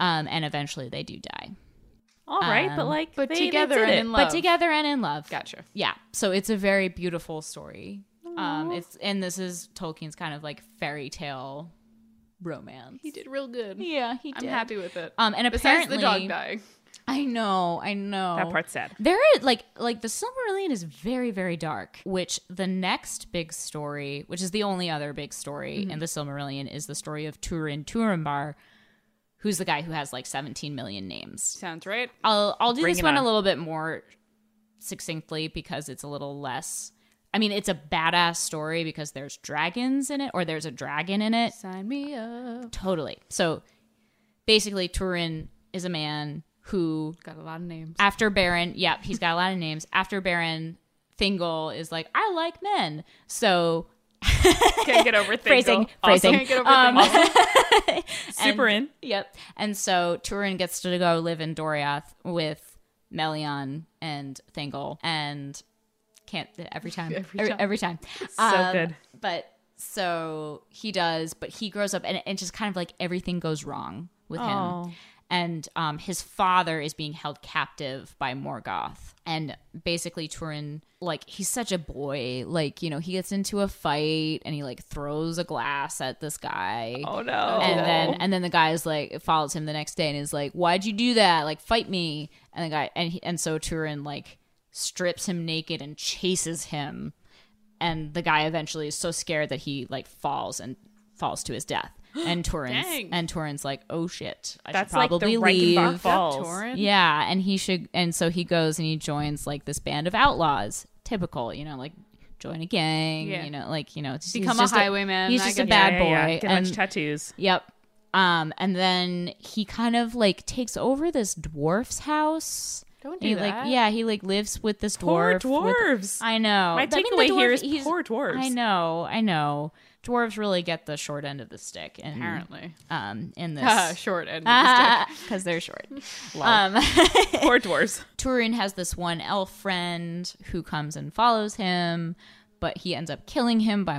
[SPEAKER 3] um, and eventually they do die,
[SPEAKER 1] All right, but
[SPEAKER 3] Um,
[SPEAKER 1] like,
[SPEAKER 2] but
[SPEAKER 1] they,
[SPEAKER 2] together
[SPEAKER 1] they did
[SPEAKER 2] and
[SPEAKER 1] it.
[SPEAKER 2] in
[SPEAKER 3] but
[SPEAKER 2] Love.
[SPEAKER 3] together and in love.
[SPEAKER 2] Gotcha.
[SPEAKER 3] Yeah, so it's a very beautiful story. Um, it's and this is Tolkien's kind of like fairy tale romance.
[SPEAKER 2] He did real good.
[SPEAKER 3] Yeah, he
[SPEAKER 2] I'm
[SPEAKER 3] did.
[SPEAKER 2] happy with it.
[SPEAKER 3] Um, and
[SPEAKER 2] Besides the
[SPEAKER 3] apparently,
[SPEAKER 2] dog dying.
[SPEAKER 3] I know, I know
[SPEAKER 1] That part's sad.
[SPEAKER 3] There is like like the Silmarillion is very very dark. Which the next big story, which is the only other big story
[SPEAKER 2] Mm-hmm.
[SPEAKER 3] in the Silmarillion, is the story of Turin Turambar, who's the guy who has like seventeen million names.
[SPEAKER 2] Sounds right.
[SPEAKER 3] I'll I'll do
[SPEAKER 1] Bring
[SPEAKER 3] this
[SPEAKER 1] it
[SPEAKER 3] one
[SPEAKER 1] on.
[SPEAKER 3] a little bit more succinctly because it's a little less I mean, it's a badass story because there's dragons in it, or there's a dragon in it.
[SPEAKER 2] Sign me up.
[SPEAKER 3] Totally. So basically, Turin is a man who,
[SPEAKER 2] Got a lot of names.
[SPEAKER 3] after Baron, yep, he's got a lot of names. After Baron, Thingol is like, I like men. So
[SPEAKER 1] Can't get over
[SPEAKER 3] phrasing, phrasing. Um,
[SPEAKER 1] Super in.
[SPEAKER 3] Yep. And so Turin gets to go live in Doriath with Melion and Thingol and can't every time every,
[SPEAKER 2] time.
[SPEAKER 3] every time. Um,
[SPEAKER 1] So good.
[SPEAKER 3] But so he does, but he grows up and it's just kind of like everything goes wrong with
[SPEAKER 1] Oh.
[SPEAKER 3] him. And um, his father is being held captive by Morgoth. And basically, Turin, like, he's such a boy. Like, you know, he gets into a fight and he, like, throws a glass at this guy
[SPEAKER 1] Oh no.
[SPEAKER 3] and then and then the guy's like follows him the next day and is like why'd you do that like fight me and the guy and he, and so turin like strips him naked and chases him and the guy eventually is so scared that he like falls and falls to his death and turin's
[SPEAKER 2] Dang.
[SPEAKER 3] and turin's like oh shit i
[SPEAKER 1] that's
[SPEAKER 3] should
[SPEAKER 1] like the
[SPEAKER 3] probably
[SPEAKER 1] Reichenbach
[SPEAKER 3] leave
[SPEAKER 1] Falls.
[SPEAKER 2] Torin.
[SPEAKER 3] yeah and he should and so he goes and he joins like this band of outlaws typical you know like join a gang
[SPEAKER 2] Yeah.
[SPEAKER 3] you know like you know just,
[SPEAKER 2] Become
[SPEAKER 3] he's
[SPEAKER 2] a
[SPEAKER 3] just
[SPEAKER 2] highwayman,
[SPEAKER 3] he's
[SPEAKER 2] I
[SPEAKER 3] just
[SPEAKER 2] get
[SPEAKER 3] a
[SPEAKER 2] you.
[SPEAKER 3] bad
[SPEAKER 1] Yeah,
[SPEAKER 3] boy
[SPEAKER 1] yeah, yeah. Get a bunch
[SPEAKER 3] and-
[SPEAKER 1] of tattoos.
[SPEAKER 3] Yep. Um, and then he kind of like takes over this dwarf's house.
[SPEAKER 2] Don't
[SPEAKER 3] he,
[SPEAKER 2] do
[SPEAKER 3] like
[SPEAKER 2] that.
[SPEAKER 3] yeah, he like lives with this
[SPEAKER 1] Poor
[SPEAKER 3] dwarf. with-
[SPEAKER 1] dwarves.
[SPEAKER 3] I know.
[SPEAKER 1] My
[SPEAKER 3] I mean, the
[SPEAKER 1] takeaway here
[SPEAKER 3] dwarf-
[SPEAKER 1] is
[SPEAKER 3] he's-
[SPEAKER 1] poor dwarves.
[SPEAKER 3] I know, I know. Dwarves really get the short end of the stick in
[SPEAKER 2] Apparently.
[SPEAKER 3] um in
[SPEAKER 2] Ah,
[SPEAKER 3] this
[SPEAKER 2] short end.
[SPEAKER 3] because they're short. um,
[SPEAKER 1] Poor dwarves.
[SPEAKER 3] Turin has this one elf friend who comes and follows him, but he ends up killing him by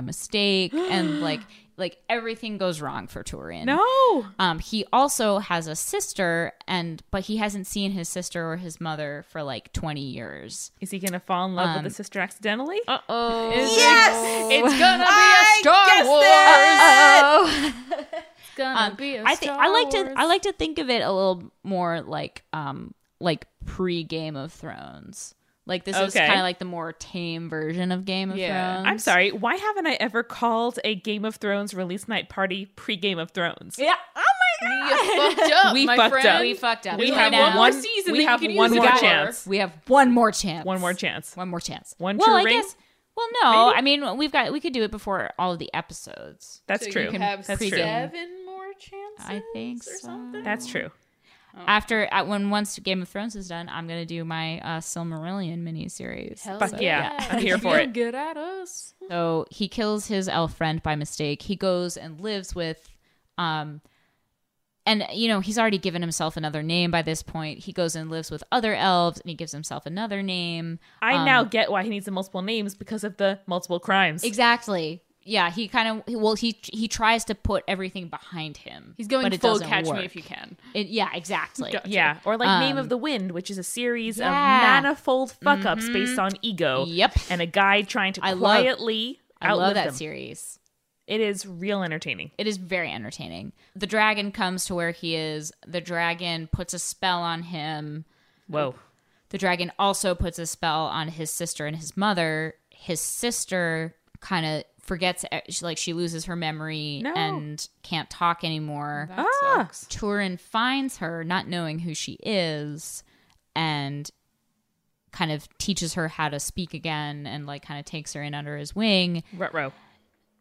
[SPEAKER 3] mistake, and like like everything goes wrong for Turin.
[SPEAKER 1] No.
[SPEAKER 3] Um, he also has a sister, and but he hasn't seen his sister or his mother for like twenty years.
[SPEAKER 1] Is he gonna fall in love with the sister accidentally?
[SPEAKER 2] oh,
[SPEAKER 3] Yes!
[SPEAKER 2] it's gonna be a Star Wars. It's gonna be a
[SPEAKER 3] Um, I think I
[SPEAKER 2] Star
[SPEAKER 3] like to I
[SPEAKER 2] Wars.
[SPEAKER 3] like to think of it a little more like um like pre Game of Thrones. Like this is
[SPEAKER 1] Okay.
[SPEAKER 3] kind of like the more tame version of Game of
[SPEAKER 2] Yeah.
[SPEAKER 3] Thrones.
[SPEAKER 1] I'm sorry. Why haven't I ever called a Game of Thrones release night party pre Game of Thrones?
[SPEAKER 3] Yeah. Oh my god.
[SPEAKER 2] You fucked up,
[SPEAKER 1] We
[SPEAKER 2] my
[SPEAKER 1] fucked
[SPEAKER 2] friend.
[SPEAKER 1] up.
[SPEAKER 3] We fucked up.
[SPEAKER 1] We
[SPEAKER 3] We're
[SPEAKER 1] have
[SPEAKER 3] down.
[SPEAKER 1] one more
[SPEAKER 2] season
[SPEAKER 1] We
[SPEAKER 2] that you
[SPEAKER 1] have
[SPEAKER 2] could
[SPEAKER 1] one
[SPEAKER 2] use
[SPEAKER 1] more
[SPEAKER 2] it for.
[SPEAKER 1] chance.
[SPEAKER 3] We have one more chance.
[SPEAKER 1] One more chance.
[SPEAKER 3] One more chance.
[SPEAKER 1] One
[SPEAKER 3] well,
[SPEAKER 1] true
[SPEAKER 3] I
[SPEAKER 1] ring?
[SPEAKER 3] guess. Well, no. I mean, we've got. We could do it before all of the episodes.
[SPEAKER 1] That's
[SPEAKER 2] So
[SPEAKER 1] true.
[SPEAKER 2] You have
[SPEAKER 1] That's true.
[SPEAKER 2] seven more chances.
[SPEAKER 3] I think
[SPEAKER 2] or
[SPEAKER 3] so.
[SPEAKER 2] something. Oh.
[SPEAKER 1] That's true.
[SPEAKER 3] After at, when once Game of Thrones is done, I'm gonna do my uh, Silmarillion miniseries.
[SPEAKER 2] Hell
[SPEAKER 1] Fuck yeah. I'm
[SPEAKER 2] If
[SPEAKER 1] here
[SPEAKER 2] you
[SPEAKER 1] for
[SPEAKER 2] feel
[SPEAKER 1] it.
[SPEAKER 2] Good at us.
[SPEAKER 3] So he kills his elf friend by mistake. He goes and lives with, um, and you know he's already given himself another name by this point. He goes and lives with other elves, and he gives himself another name.
[SPEAKER 1] I now get why he needs the multiple names because of the multiple crimes.
[SPEAKER 3] Um, Exactly. Yeah, he kind of well he he tries to put everything behind him.
[SPEAKER 2] He's going
[SPEAKER 3] but it
[SPEAKER 2] full
[SPEAKER 3] doesn't
[SPEAKER 2] catch
[SPEAKER 3] work.
[SPEAKER 2] me if you can.
[SPEAKER 3] It- yeah, exactly.
[SPEAKER 2] Gotcha.
[SPEAKER 1] Yeah, or like Name of
[SPEAKER 3] Um,
[SPEAKER 1] the Wind, which is a series of
[SPEAKER 3] yeah. Mm-hmm.
[SPEAKER 1] manifold fuck ups based on ego.
[SPEAKER 3] Yep.
[SPEAKER 1] and a guy trying to
[SPEAKER 3] I love-
[SPEAKER 1] quietly
[SPEAKER 3] I
[SPEAKER 1] outlive
[SPEAKER 3] love that
[SPEAKER 1] them.
[SPEAKER 3] series.
[SPEAKER 1] It is real entertaining.
[SPEAKER 3] It is very entertaining. The dragon comes to where he is. The dragon puts a spell on him.
[SPEAKER 1] Whoa,
[SPEAKER 3] The dragon also puts a spell on his sister and his mother. His sister kind of forgets she- like she loses her memory
[SPEAKER 1] No.
[SPEAKER 3] and can't talk anymore.
[SPEAKER 2] That
[SPEAKER 1] Ah.
[SPEAKER 2] sucks.
[SPEAKER 3] Turin finds her, not knowing who she is, and kind of teaches her how to speak again and like kind of takes her in under his wing.
[SPEAKER 1] Rutro.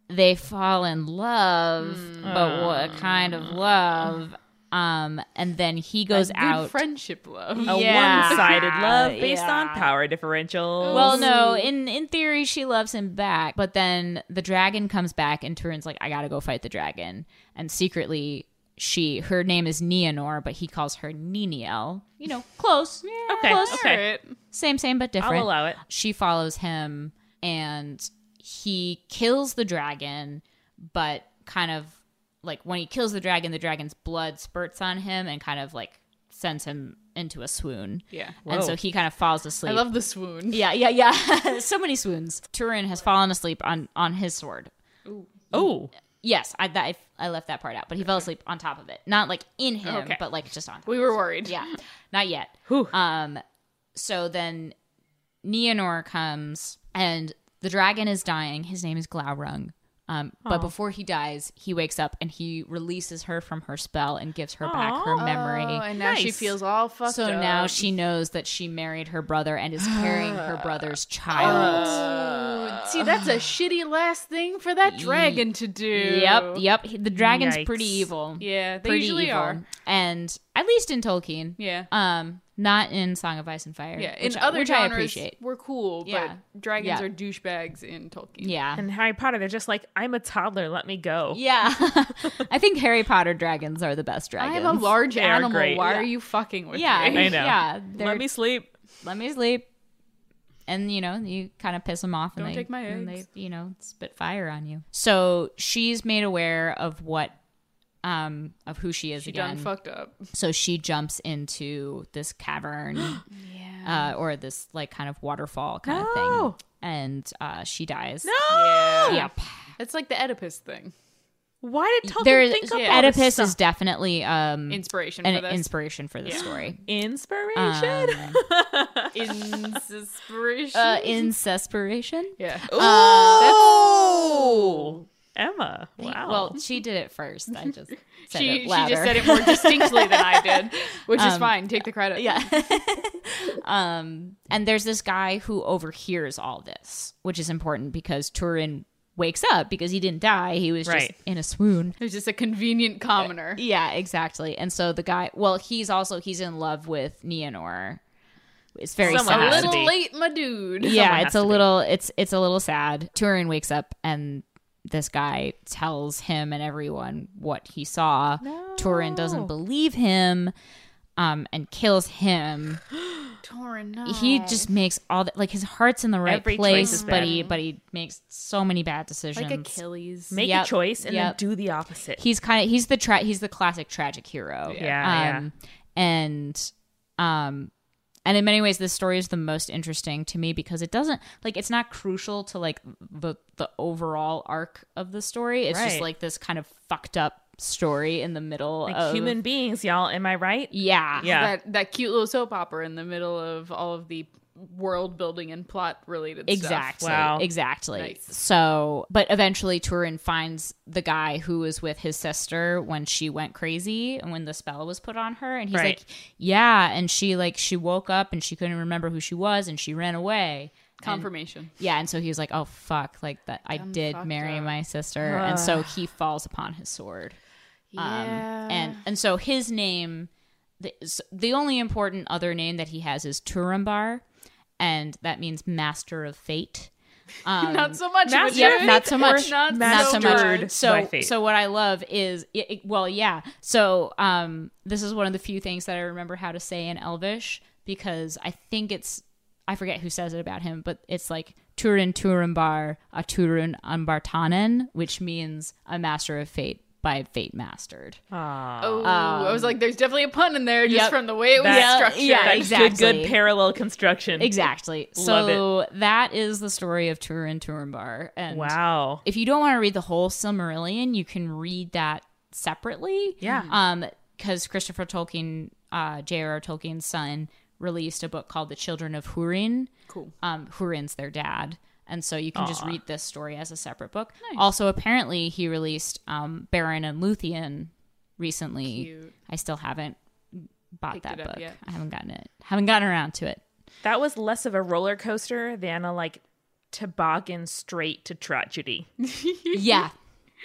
[SPEAKER 3] They fall in love,
[SPEAKER 1] Mm.
[SPEAKER 3] but what kind
[SPEAKER 1] Uh.
[SPEAKER 3] of love? Um, and then he goes
[SPEAKER 2] Good
[SPEAKER 3] out.
[SPEAKER 2] friendship love.
[SPEAKER 1] A
[SPEAKER 3] Yeah.
[SPEAKER 1] one-sided love based
[SPEAKER 3] Yeah.
[SPEAKER 1] on power differentials.
[SPEAKER 3] Well, no, in in theory she loves him back, but then the dragon comes back and Turin's like, I gotta go fight the dragon. And secretly she her name is Neonor, but he calls her Niniel. You know, close.
[SPEAKER 1] Okay,
[SPEAKER 3] Close.
[SPEAKER 1] okay.
[SPEAKER 3] Same, same but different.
[SPEAKER 1] I'll allow it.
[SPEAKER 3] She follows him and he kills the dragon, but kind of like when he kills the dragon, the dragon's blood spurts on him and kind of like sends him into a swoon.
[SPEAKER 2] Yeah.
[SPEAKER 3] And
[SPEAKER 1] Whoa.
[SPEAKER 3] so he kind of falls asleep.
[SPEAKER 2] I love the swoon.
[SPEAKER 3] Yeah, yeah, yeah. so many swoons. Turin has fallen asleep on on his sword.
[SPEAKER 1] Oh,
[SPEAKER 3] Yes, I that, I left that part out, but he fell asleep on top of it. Not like in him,
[SPEAKER 2] Okay.
[SPEAKER 3] but like just on. Top.
[SPEAKER 2] We were worried.
[SPEAKER 3] Yeah, not yet.
[SPEAKER 1] Whew.
[SPEAKER 3] Um, so then Neonor comes, and the dragon is dying. His name is Glaurung. Um, but before he dies, he wakes up and he releases her from her spell and gives her back her memory.
[SPEAKER 2] Oh, and now she
[SPEAKER 1] Nice.
[SPEAKER 2] feels all fucked
[SPEAKER 3] so
[SPEAKER 2] up.
[SPEAKER 3] now
[SPEAKER 2] Oh.
[SPEAKER 3] she knows that she married her brother and is carrying her brother's child.
[SPEAKER 2] See, that's a shitty last thing for that dragon to do.
[SPEAKER 3] Yep, yep. He- The dragon's pretty
[SPEAKER 1] Yikes.
[SPEAKER 3] evil.
[SPEAKER 2] Yeah, they
[SPEAKER 3] pretty
[SPEAKER 2] usually
[SPEAKER 3] evil.
[SPEAKER 2] are.
[SPEAKER 3] And at least in Tolkien.
[SPEAKER 2] Yeah.
[SPEAKER 3] Um, not in Song of Ice and Fire.
[SPEAKER 2] Yeah, in
[SPEAKER 3] which, I-
[SPEAKER 2] other
[SPEAKER 3] which
[SPEAKER 2] genres,
[SPEAKER 3] I appreciate.
[SPEAKER 2] we're cool,
[SPEAKER 3] Yeah.
[SPEAKER 2] but dragons
[SPEAKER 3] Yeah.
[SPEAKER 2] are douchebags in Tolkien.
[SPEAKER 3] Yeah.
[SPEAKER 1] And Harry Potter, they're just like, I'm a toddler, let me go.
[SPEAKER 3] yeah. I think Harry Potter dragons are the best
[SPEAKER 2] I
[SPEAKER 3] dragons.
[SPEAKER 2] have a large
[SPEAKER 1] They are
[SPEAKER 2] animal.
[SPEAKER 1] great.
[SPEAKER 2] Why
[SPEAKER 1] Yeah.
[SPEAKER 2] are you fucking with
[SPEAKER 3] Yeah.
[SPEAKER 2] me?
[SPEAKER 1] I know.
[SPEAKER 3] Yeah. they're-
[SPEAKER 1] Let me sleep.
[SPEAKER 3] let me sleep. And you know, you kind of piss them off, and
[SPEAKER 2] Don't
[SPEAKER 3] they,
[SPEAKER 2] take my
[SPEAKER 3] and
[SPEAKER 2] eggs.
[SPEAKER 3] they, you know, spit fire on you. So she's made aware of what, um, of who she is
[SPEAKER 2] She
[SPEAKER 3] again.
[SPEAKER 2] done fucked up.
[SPEAKER 3] so she jumps into this cavern, uh, or this like kind of waterfall kind
[SPEAKER 1] No.
[SPEAKER 3] of thing, and uh, she dies.
[SPEAKER 2] Yeah.
[SPEAKER 3] Yep.
[SPEAKER 2] It's like the Oedipus thing.
[SPEAKER 1] Why did Tolkien
[SPEAKER 3] There is
[SPEAKER 1] think of all this
[SPEAKER 3] Oedipus is
[SPEAKER 1] stuff?
[SPEAKER 3] definitely um
[SPEAKER 2] Inspiration
[SPEAKER 3] an
[SPEAKER 2] for this.
[SPEAKER 3] inspiration for this story.
[SPEAKER 1] inspiration?
[SPEAKER 3] Um,
[SPEAKER 2] inspiration.
[SPEAKER 3] Uh, incespiration.
[SPEAKER 2] yeah.
[SPEAKER 1] oh, Emma! Wow.
[SPEAKER 3] Well, she did it first. I just said
[SPEAKER 2] she,
[SPEAKER 3] it
[SPEAKER 2] she
[SPEAKER 3] louder. Um,
[SPEAKER 2] just said it more distinctly than I did, which is fine. Take the credit.
[SPEAKER 3] Yeah. um, and there's this guy who overhears all this, which is important because Turin wakes up because he didn't die. He was
[SPEAKER 1] Right.
[SPEAKER 3] just in a swoon.
[SPEAKER 2] It was just a convenient commoner.
[SPEAKER 3] Uh, Yeah, exactly. And so the guy, well, he's also he's in love with Neonor. It's very
[SPEAKER 1] Someone
[SPEAKER 3] sad.
[SPEAKER 1] has to
[SPEAKER 2] a
[SPEAKER 1] be.
[SPEAKER 2] little late, my dude.
[SPEAKER 3] yeah,
[SPEAKER 1] has
[SPEAKER 3] it's
[SPEAKER 1] to
[SPEAKER 3] a
[SPEAKER 1] be.
[SPEAKER 3] little it's it's a little sad. Turin wakes up and this guy tells him and everyone what he saw. Turin doesn't believe him. Um, and kills him.
[SPEAKER 2] Torin, no.
[SPEAKER 3] he just makes all that like his heart's in the right
[SPEAKER 1] Every choice
[SPEAKER 3] place
[SPEAKER 1] is
[SPEAKER 3] but
[SPEAKER 1] bad.
[SPEAKER 3] he but he makes so many bad decisions
[SPEAKER 2] like Achilles.
[SPEAKER 1] Make
[SPEAKER 3] Yep,
[SPEAKER 1] a choice and
[SPEAKER 3] yep.
[SPEAKER 1] then do the opposite.
[SPEAKER 3] he's kind of he's the tra- he's the classic tragic hero
[SPEAKER 1] Yeah,
[SPEAKER 3] um and um and in many ways this story is the most interesting to me because it doesn't like it's not crucial to like the the overall arc of the story it's just
[SPEAKER 1] Right.
[SPEAKER 3] like this kind of fucked up story in the middle
[SPEAKER 1] like
[SPEAKER 3] of
[SPEAKER 1] human beings, y'all. Am I right?
[SPEAKER 3] yeah
[SPEAKER 1] Yeah.
[SPEAKER 2] That that cute little soap opera in the middle of all of the world building and plot related
[SPEAKER 3] Exactly.
[SPEAKER 1] Wow.
[SPEAKER 2] stuff.
[SPEAKER 3] Exactly.
[SPEAKER 2] Nice.
[SPEAKER 3] So, but eventually Turin finds the guy who was with his sister when she went crazy and when the spell was put on her. And he's
[SPEAKER 1] Right.
[SPEAKER 3] like, yeah. And she, like, she woke up and she couldn't remember who she was and she ran away.
[SPEAKER 2] Confirmation.
[SPEAKER 3] Yeah. And so he was like, oh, fuck. Like, that I did
[SPEAKER 2] fucked
[SPEAKER 3] marry
[SPEAKER 2] up.
[SPEAKER 3] my sister. And so he falls upon his sword. Um, and, and so his name, the, s- the only important other name that he has is Turambar. And that means master of fate.
[SPEAKER 2] not so much.
[SPEAKER 1] Master
[SPEAKER 2] would
[SPEAKER 1] Yeah,
[SPEAKER 2] you?
[SPEAKER 1] of
[SPEAKER 3] Yep, not so much.
[SPEAKER 2] Not,
[SPEAKER 1] Not
[SPEAKER 2] so
[SPEAKER 1] so much.
[SPEAKER 2] much.
[SPEAKER 1] by
[SPEAKER 3] So,
[SPEAKER 1] fate.
[SPEAKER 3] so what I love is, it, it- well, yeah. So, um, this is one of the few things that I remember how to say in Elvish because I think it's, I forget who says it about him, but it's like Turin Turambar a Turin Umbartanen, which means a master of fate by fate mastered.
[SPEAKER 2] Oh, I was like, there's definitely a pun in there just
[SPEAKER 3] Yep.
[SPEAKER 2] from the way it was
[SPEAKER 1] That-
[SPEAKER 2] structured.
[SPEAKER 3] yeah,
[SPEAKER 1] That's
[SPEAKER 3] exactly.
[SPEAKER 1] Good, good parallel construction.
[SPEAKER 3] Exactly.
[SPEAKER 1] Love
[SPEAKER 3] so that is the story of Turin Turambar. And
[SPEAKER 1] Wow.
[SPEAKER 3] if you don't want to read the whole Silmarillion, you can read that separately.
[SPEAKER 1] Yeah.
[SPEAKER 3] Um, because Christopher Tolkien, uh, J.R.R. Tolkien's son, released a book called The Children of Hurin. Cool. Um, Hurin's their dad. And so you can just read this story as a separate book. Also, apparently, he released um, Baron and Luthien recently. I still haven't bought
[SPEAKER 2] Picked
[SPEAKER 3] that
[SPEAKER 2] it up
[SPEAKER 3] book.
[SPEAKER 2] yet.
[SPEAKER 3] I haven't gotten it. Haven't gotten around to it.
[SPEAKER 1] That was less of a roller coaster than a like toboggan straight to tragedy.
[SPEAKER 3] Yeah. Yeah.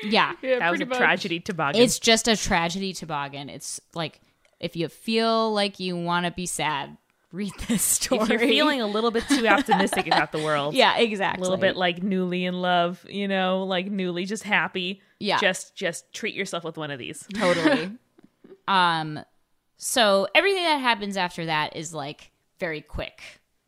[SPEAKER 2] Yeah,
[SPEAKER 1] That was
[SPEAKER 2] pretty
[SPEAKER 1] a
[SPEAKER 2] much.
[SPEAKER 1] tragedy toboggan.
[SPEAKER 3] It's just a tragedy toboggan. It's like if you feel like you want to be sad, read this story.
[SPEAKER 1] if you're feeling a little bit too optimistic about the world,
[SPEAKER 3] yeah,
[SPEAKER 1] a
[SPEAKER 3] exactly,
[SPEAKER 1] little bit like newly in love, you know, like newly just happy.
[SPEAKER 3] Yeah.
[SPEAKER 1] Just just treat yourself with one of these.
[SPEAKER 3] totally. um, so everything that happens after that is like very quick,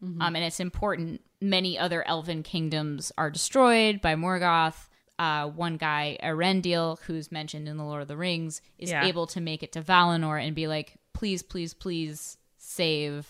[SPEAKER 2] Mm-hmm.
[SPEAKER 3] um, and it's important. Many other elven kingdoms are destroyed by Morgoth. Uh, one guy, Erendil, who's mentioned in the Lord of the Rings, is
[SPEAKER 1] Yeah.
[SPEAKER 3] able to make it to Valinor and be like, "Please, please, please, save."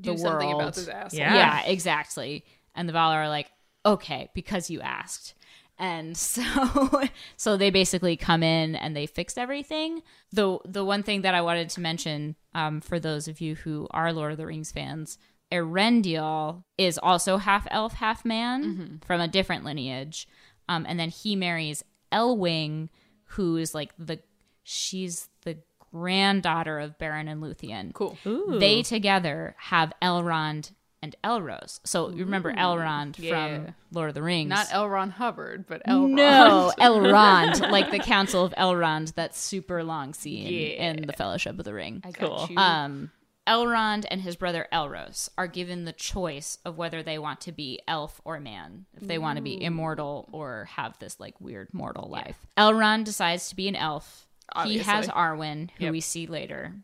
[SPEAKER 2] Do
[SPEAKER 3] the
[SPEAKER 2] something
[SPEAKER 3] world.
[SPEAKER 2] about this asshole.
[SPEAKER 1] Yeah.
[SPEAKER 3] Yeah, exactly. And the Valar are like, okay, because you asked. And so so they basically come in and they fixed everything. The the one thing that I wanted to mention, um, for those of you who are Lord of the Rings fans, Erendil is also half elf, half man from a different lineage. Um, and then he marries Elwing, who is like the she's the granddaughter of Baron and Luthien
[SPEAKER 2] Cool.
[SPEAKER 1] Ooh.
[SPEAKER 3] they together have Elrond and Elros. So you remember Elrond
[SPEAKER 2] yeah.
[SPEAKER 3] from Lord of the Rings.
[SPEAKER 2] Not L. Ron Hubbard, but L. Ron.
[SPEAKER 3] No, Elrond, like the Council of Elrond, that super long scene
[SPEAKER 2] Yeah.
[SPEAKER 3] in the Fellowship of the Ring.
[SPEAKER 2] I got
[SPEAKER 1] Cool.
[SPEAKER 2] you.
[SPEAKER 3] Um, Elrond and his brother Elros are given the choice of whether they want to be elf or man, if they want to be immortal or have this like weird mortal life. Elrond decides to be an elf. He has
[SPEAKER 2] Obviously.
[SPEAKER 3] Arwen, who
[SPEAKER 2] Yep. Mm-hmm.
[SPEAKER 3] we see later.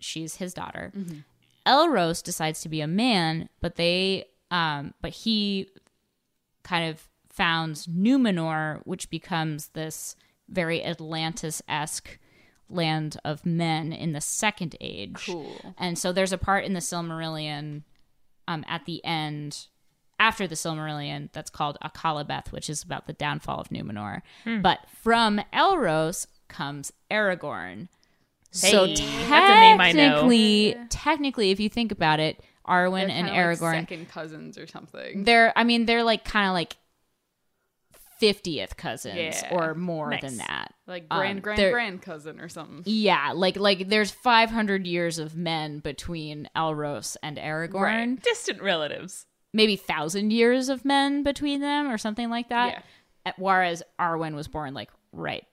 [SPEAKER 3] She's his daughter. Elros decides to be a man, but they um but he kind of founds Numenor, which becomes this very Atlantis esque land of men in the Second Age.
[SPEAKER 2] Cool.
[SPEAKER 3] And so there's a part in the Silmarillion um, at the end, after the Silmarillion, that's called Akalabeth, which is about the downfall of Numenor.
[SPEAKER 1] Hmm.
[SPEAKER 3] But from Elros comes Aragorn. so
[SPEAKER 1] Hey, that's a name I know.
[SPEAKER 3] technically, technically, if you think about it, Arwen
[SPEAKER 2] They're
[SPEAKER 3] and
[SPEAKER 2] kinda like
[SPEAKER 3] Aragorn
[SPEAKER 2] second cousins or something.
[SPEAKER 3] they're i mean they're like kind of like 50th cousins
[SPEAKER 2] Yeah.
[SPEAKER 3] or more
[SPEAKER 1] Nice.
[SPEAKER 3] than that
[SPEAKER 2] like
[SPEAKER 3] Um,
[SPEAKER 2] grand, grand,
[SPEAKER 3] they're-
[SPEAKER 2] grand cousin or something.
[SPEAKER 3] yeah like like there's 500 years of men between elros and aragorn
[SPEAKER 1] Right. Distant relatives.
[SPEAKER 3] maybe 1000 years of men between them or something like that Uh, whereas arwen was born like right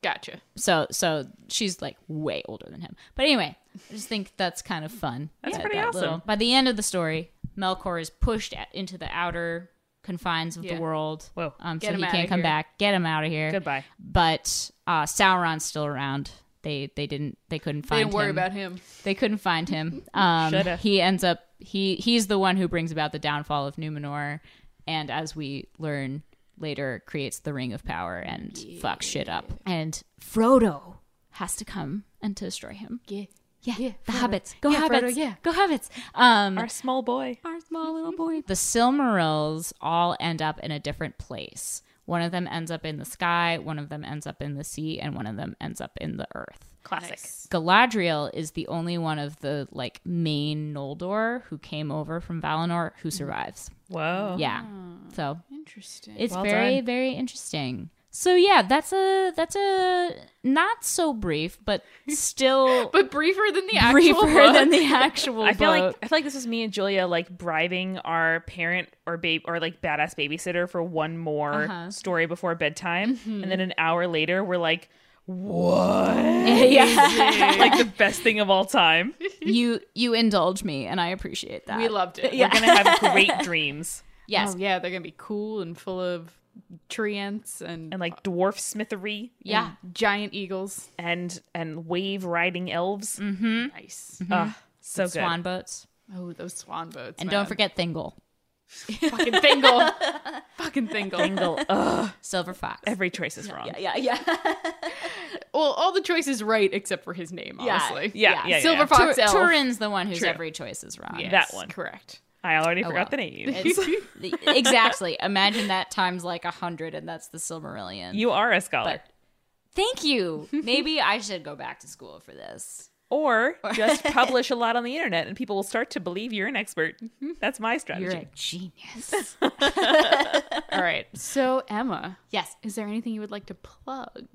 [SPEAKER 2] Gotcha.
[SPEAKER 3] so so she's like way older than him but anyway i just think that's kind of fun
[SPEAKER 1] That's pretty awesome.
[SPEAKER 3] by the end of the story melkor is pushed at, into the outer confines of
[SPEAKER 2] Yeah.
[SPEAKER 3] the world
[SPEAKER 1] Whoa.
[SPEAKER 3] um,
[SPEAKER 2] Get
[SPEAKER 3] so
[SPEAKER 2] him
[SPEAKER 3] he
[SPEAKER 2] outta
[SPEAKER 3] can't come
[SPEAKER 2] here.
[SPEAKER 3] back get him out of here
[SPEAKER 1] Goodbye.
[SPEAKER 3] but uh, Sauron's still around. They they didn't they couldn't
[SPEAKER 2] They
[SPEAKER 3] find
[SPEAKER 2] didn't worry
[SPEAKER 3] him.
[SPEAKER 2] about him.
[SPEAKER 3] They couldn't find him. Um,
[SPEAKER 1] Shoulda.
[SPEAKER 3] he ends up he he's the one who brings about the downfall of Numenor, and as we learn later, creates the Ring of Power and fucks shit up. And Frodo has to come and to destroy him.
[SPEAKER 2] Yeah.
[SPEAKER 3] Yeah,
[SPEAKER 2] Yeah,
[SPEAKER 3] the
[SPEAKER 2] Frodo.
[SPEAKER 3] hobbits, go
[SPEAKER 2] Yeah,
[SPEAKER 3] hobbits,
[SPEAKER 2] Frodo, yeah.
[SPEAKER 3] go hobbits. Um,
[SPEAKER 1] Our small boy.
[SPEAKER 3] our small little boy. The Silmarils all end up in a different place. One of them ends up in the sky, one of them ends up in the sea, and one of them ends up in the earth.
[SPEAKER 1] Classic.
[SPEAKER 3] Galadriel is the only one of the like main Noldor who came over from Valinor who survives.
[SPEAKER 1] Whoa.
[SPEAKER 3] Yeah. So
[SPEAKER 2] Interesting.
[SPEAKER 3] it's
[SPEAKER 1] Well
[SPEAKER 3] very
[SPEAKER 1] done.
[SPEAKER 3] very interesting. So yeah, that's a that's a not so brief but still
[SPEAKER 2] but briefer than the actual
[SPEAKER 3] briefer
[SPEAKER 2] book.
[SPEAKER 3] than the actual
[SPEAKER 1] I feel
[SPEAKER 3] book.
[SPEAKER 1] like I feel like this is me and Julia like bribing our parent or babe or like badass babysitter for one more
[SPEAKER 3] Uh-huh.
[SPEAKER 1] story before bedtime,
[SPEAKER 3] Mm-hmm.
[SPEAKER 1] and then an hour later we're like, "What?
[SPEAKER 3] yeah.
[SPEAKER 1] like the best thing of all time."
[SPEAKER 3] you you indulge me and I appreciate that.
[SPEAKER 2] we loved it.
[SPEAKER 1] We're gonna have great dreams
[SPEAKER 3] Yes.
[SPEAKER 2] Oh, yeah, they're gonna be cool and full of tree ants and,
[SPEAKER 1] and like dwarf smithery
[SPEAKER 3] yeah.
[SPEAKER 2] and giant eagles.
[SPEAKER 1] and and wave riding elves.
[SPEAKER 3] Mm-hmm.
[SPEAKER 2] Nice.
[SPEAKER 1] Ugh, so good.
[SPEAKER 3] Swan boats.
[SPEAKER 2] Oh, those swan boats.
[SPEAKER 3] And
[SPEAKER 2] man.
[SPEAKER 3] don't forget Thingle.
[SPEAKER 2] fucking Thingle. fucking Thingle.
[SPEAKER 1] Angle. Ugh,
[SPEAKER 3] Silver Fox.
[SPEAKER 1] every choice is wrong.
[SPEAKER 3] yeah, yeah.
[SPEAKER 2] Well, all the choices right except for his name,
[SPEAKER 3] Yeah.
[SPEAKER 2] honestly.
[SPEAKER 1] Yeah, yeah, yeah.
[SPEAKER 2] Silver Fox Elf.
[SPEAKER 3] Turin's the one whose
[SPEAKER 1] True.
[SPEAKER 3] every choice is wrong.
[SPEAKER 2] Yes,
[SPEAKER 1] That one.
[SPEAKER 2] Correct.
[SPEAKER 1] I already forgot
[SPEAKER 3] Oh, well.
[SPEAKER 1] the name.
[SPEAKER 3] It's- exactly. Imagine that times like a hundred, and that's the Silmarillion.
[SPEAKER 1] you are a scholar,
[SPEAKER 3] But- Thank you. Maybe I should go back to school for this.
[SPEAKER 1] or just publish a lot on the internet, and people will start to believe you're an expert. That's my strategy.
[SPEAKER 3] Mm-hmm. You're a genius.
[SPEAKER 2] All right. So Emma,
[SPEAKER 3] yes.
[SPEAKER 2] is there anything you would like to plug?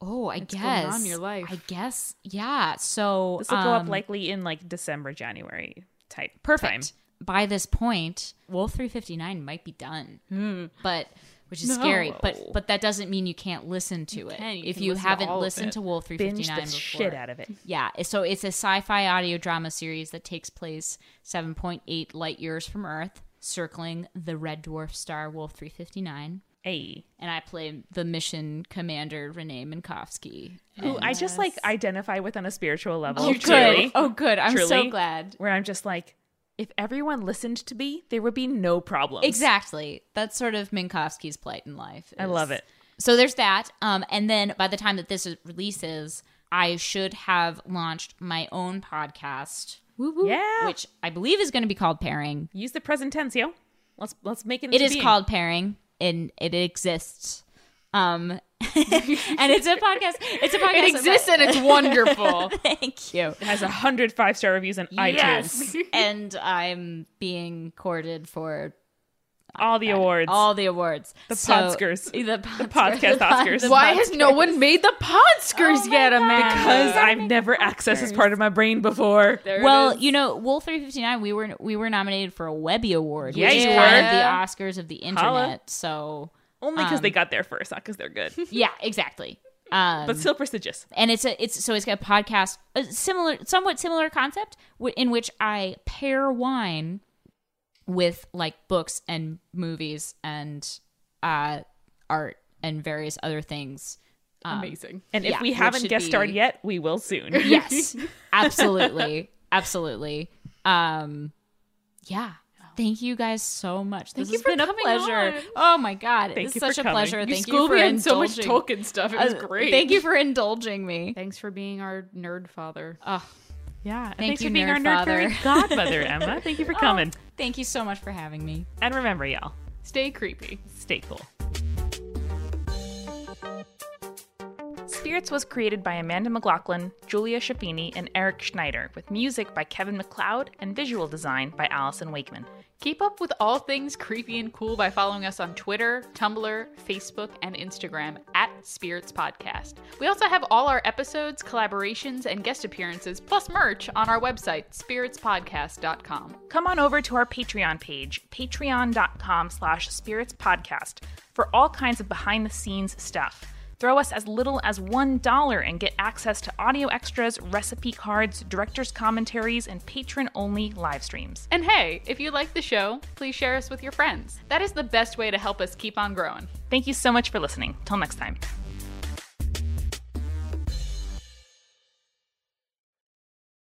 [SPEAKER 3] Oh, I
[SPEAKER 2] What's going on
[SPEAKER 3] guess.
[SPEAKER 2] in your life?
[SPEAKER 3] I guess. Yeah. So
[SPEAKER 1] This will go up
[SPEAKER 3] um,
[SPEAKER 1] likely in like December, January type time.
[SPEAKER 3] perfect. By this point, Wolf 359 might be done,
[SPEAKER 2] Hmm.
[SPEAKER 3] but which is scary. But but that doesn't mean you can't listen to it.
[SPEAKER 2] can. You
[SPEAKER 3] if
[SPEAKER 2] can
[SPEAKER 3] you
[SPEAKER 2] listen to
[SPEAKER 3] haven't
[SPEAKER 2] all of
[SPEAKER 3] listened
[SPEAKER 2] it.
[SPEAKER 3] to Wolf
[SPEAKER 1] Binge
[SPEAKER 3] 359
[SPEAKER 1] the
[SPEAKER 3] before,
[SPEAKER 1] shit out of it.
[SPEAKER 3] yeah. So it's a sci-fi audio drama series that takes place 7.8 light years from Earth, circling the red dwarf star Wolf 359.
[SPEAKER 1] Hey,
[SPEAKER 3] And I play the mission commander Renee Minkowski.
[SPEAKER 1] who I just like identify with on a spiritual level.
[SPEAKER 3] oh,
[SPEAKER 1] truly,
[SPEAKER 3] good. Oh, good. I'm
[SPEAKER 1] Truly.
[SPEAKER 3] so glad.
[SPEAKER 1] Where I'm just like, if everyone listened to me, there would be no problems.
[SPEAKER 3] Exactly. That's sort of Minkowski's plight in life.
[SPEAKER 1] I
[SPEAKER 3] is-
[SPEAKER 1] love it.
[SPEAKER 3] So there's that. Um, and then by the time that this is- releases, I should have launched my own podcast,
[SPEAKER 1] Yeah.
[SPEAKER 3] which I believe is going to be called Pairing.
[SPEAKER 1] Use the present tense, yo. Let's let's make it.
[SPEAKER 3] It
[SPEAKER 1] into
[SPEAKER 3] is
[SPEAKER 1] being.
[SPEAKER 3] called Pairing, and it exists. Um, and it's a podcast. It's a podcast.
[SPEAKER 2] It exists and it's wonderful.
[SPEAKER 3] Thank you.
[SPEAKER 1] It has a hundred five star reviews on iTunes.
[SPEAKER 3] and I'm being courted for
[SPEAKER 1] All the awards.
[SPEAKER 3] all the awards.
[SPEAKER 1] The
[SPEAKER 3] So-
[SPEAKER 1] Podskers.
[SPEAKER 3] The, Podskers.
[SPEAKER 1] podcast Oscars.
[SPEAKER 3] The
[SPEAKER 2] Why has no one made the Podskers
[SPEAKER 3] Oh my
[SPEAKER 2] yet, Amanda?
[SPEAKER 1] because I've never accessed this part of my brain before.
[SPEAKER 2] There it
[SPEAKER 3] Well,
[SPEAKER 2] is.
[SPEAKER 3] you know, Wool three fifty nine. We were we were nominated for a Webby Award,
[SPEAKER 1] Yeah,
[SPEAKER 3] which is
[SPEAKER 1] you
[SPEAKER 3] kind
[SPEAKER 2] were.
[SPEAKER 3] of the Oscars of the internet.
[SPEAKER 1] Holla.
[SPEAKER 3] So
[SPEAKER 1] Only because
[SPEAKER 3] Um,
[SPEAKER 1] they got there first, not because they're good.
[SPEAKER 3] yeah, exactly. Um,
[SPEAKER 1] But still prestigious.
[SPEAKER 3] and it's a it's so it's got a podcast a similar somewhat similar concept w- in which I pair wine with like books and movies and uh, art and various other things. Um,
[SPEAKER 2] Amazing.
[SPEAKER 1] And if
[SPEAKER 3] yeah,
[SPEAKER 1] we
[SPEAKER 3] which
[SPEAKER 1] haven't
[SPEAKER 3] should
[SPEAKER 1] guest starred
[SPEAKER 3] be-
[SPEAKER 1] yet, we will soon.
[SPEAKER 3] Yes, absolutely, absolutely. Um, yeah. Thank you guys so much. This
[SPEAKER 2] you
[SPEAKER 3] has
[SPEAKER 2] for
[SPEAKER 3] been a
[SPEAKER 2] coming
[SPEAKER 3] pleasure.
[SPEAKER 2] on.
[SPEAKER 3] Oh my god,
[SPEAKER 1] Thank
[SPEAKER 3] it's
[SPEAKER 1] you
[SPEAKER 3] such
[SPEAKER 1] for
[SPEAKER 3] a
[SPEAKER 1] coming.
[SPEAKER 3] pleasure.
[SPEAKER 1] You
[SPEAKER 3] thank you
[SPEAKER 2] schooled
[SPEAKER 3] for
[SPEAKER 2] me on so much
[SPEAKER 3] indulging.
[SPEAKER 2] Tolkien stuff. It was
[SPEAKER 3] Uh,
[SPEAKER 2] great.
[SPEAKER 3] Thank you for indulging me.
[SPEAKER 2] Thanks for being our nerd father.
[SPEAKER 3] Oh,
[SPEAKER 1] Yeah. and
[SPEAKER 3] Thank
[SPEAKER 1] thanks
[SPEAKER 3] you,
[SPEAKER 1] for being our
[SPEAKER 3] nerd
[SPEAKER 1] nerd Oh.
[SPEAKER 3] father.
[SPEAKER 1] fairy godmother, Emma. Thank you for coming.
[SPEAKER 3] Oh, thank you so much for having me.
[SPEAKER 1] And remember, y'all,
[SPEAKER 2] Stay creepy.
[SPEAKER 1] stay cool. Spirits was created by Amanda McLaughlin, Julia Schaffini, and Eric Schneider, with music by Kevin McLeod and visual design by Allison Wakeman.
[SPEAKER 2] Keep up with all things creepy and cool by following us on Twitter, Tumblr, Facebook, and Instagram at Spirits Podcast. We also have all our episodes, collaborations, and guest appearances, plus merch on our website, spiritspodcast.com.
[SPEAKER 1] come on over to our patreon page patreon.com slash spirits podcast for all kinds of behind the scenes stuff throw us as little as $1 and get access to audio extras recipe cards directors commentaries and patron only live streams
[SPEAKER 2] And hey, if you like the show, please share us with your friends. That is the best way to help us keep on growing.
[SPEAKER 1] thank you so much for listening till next time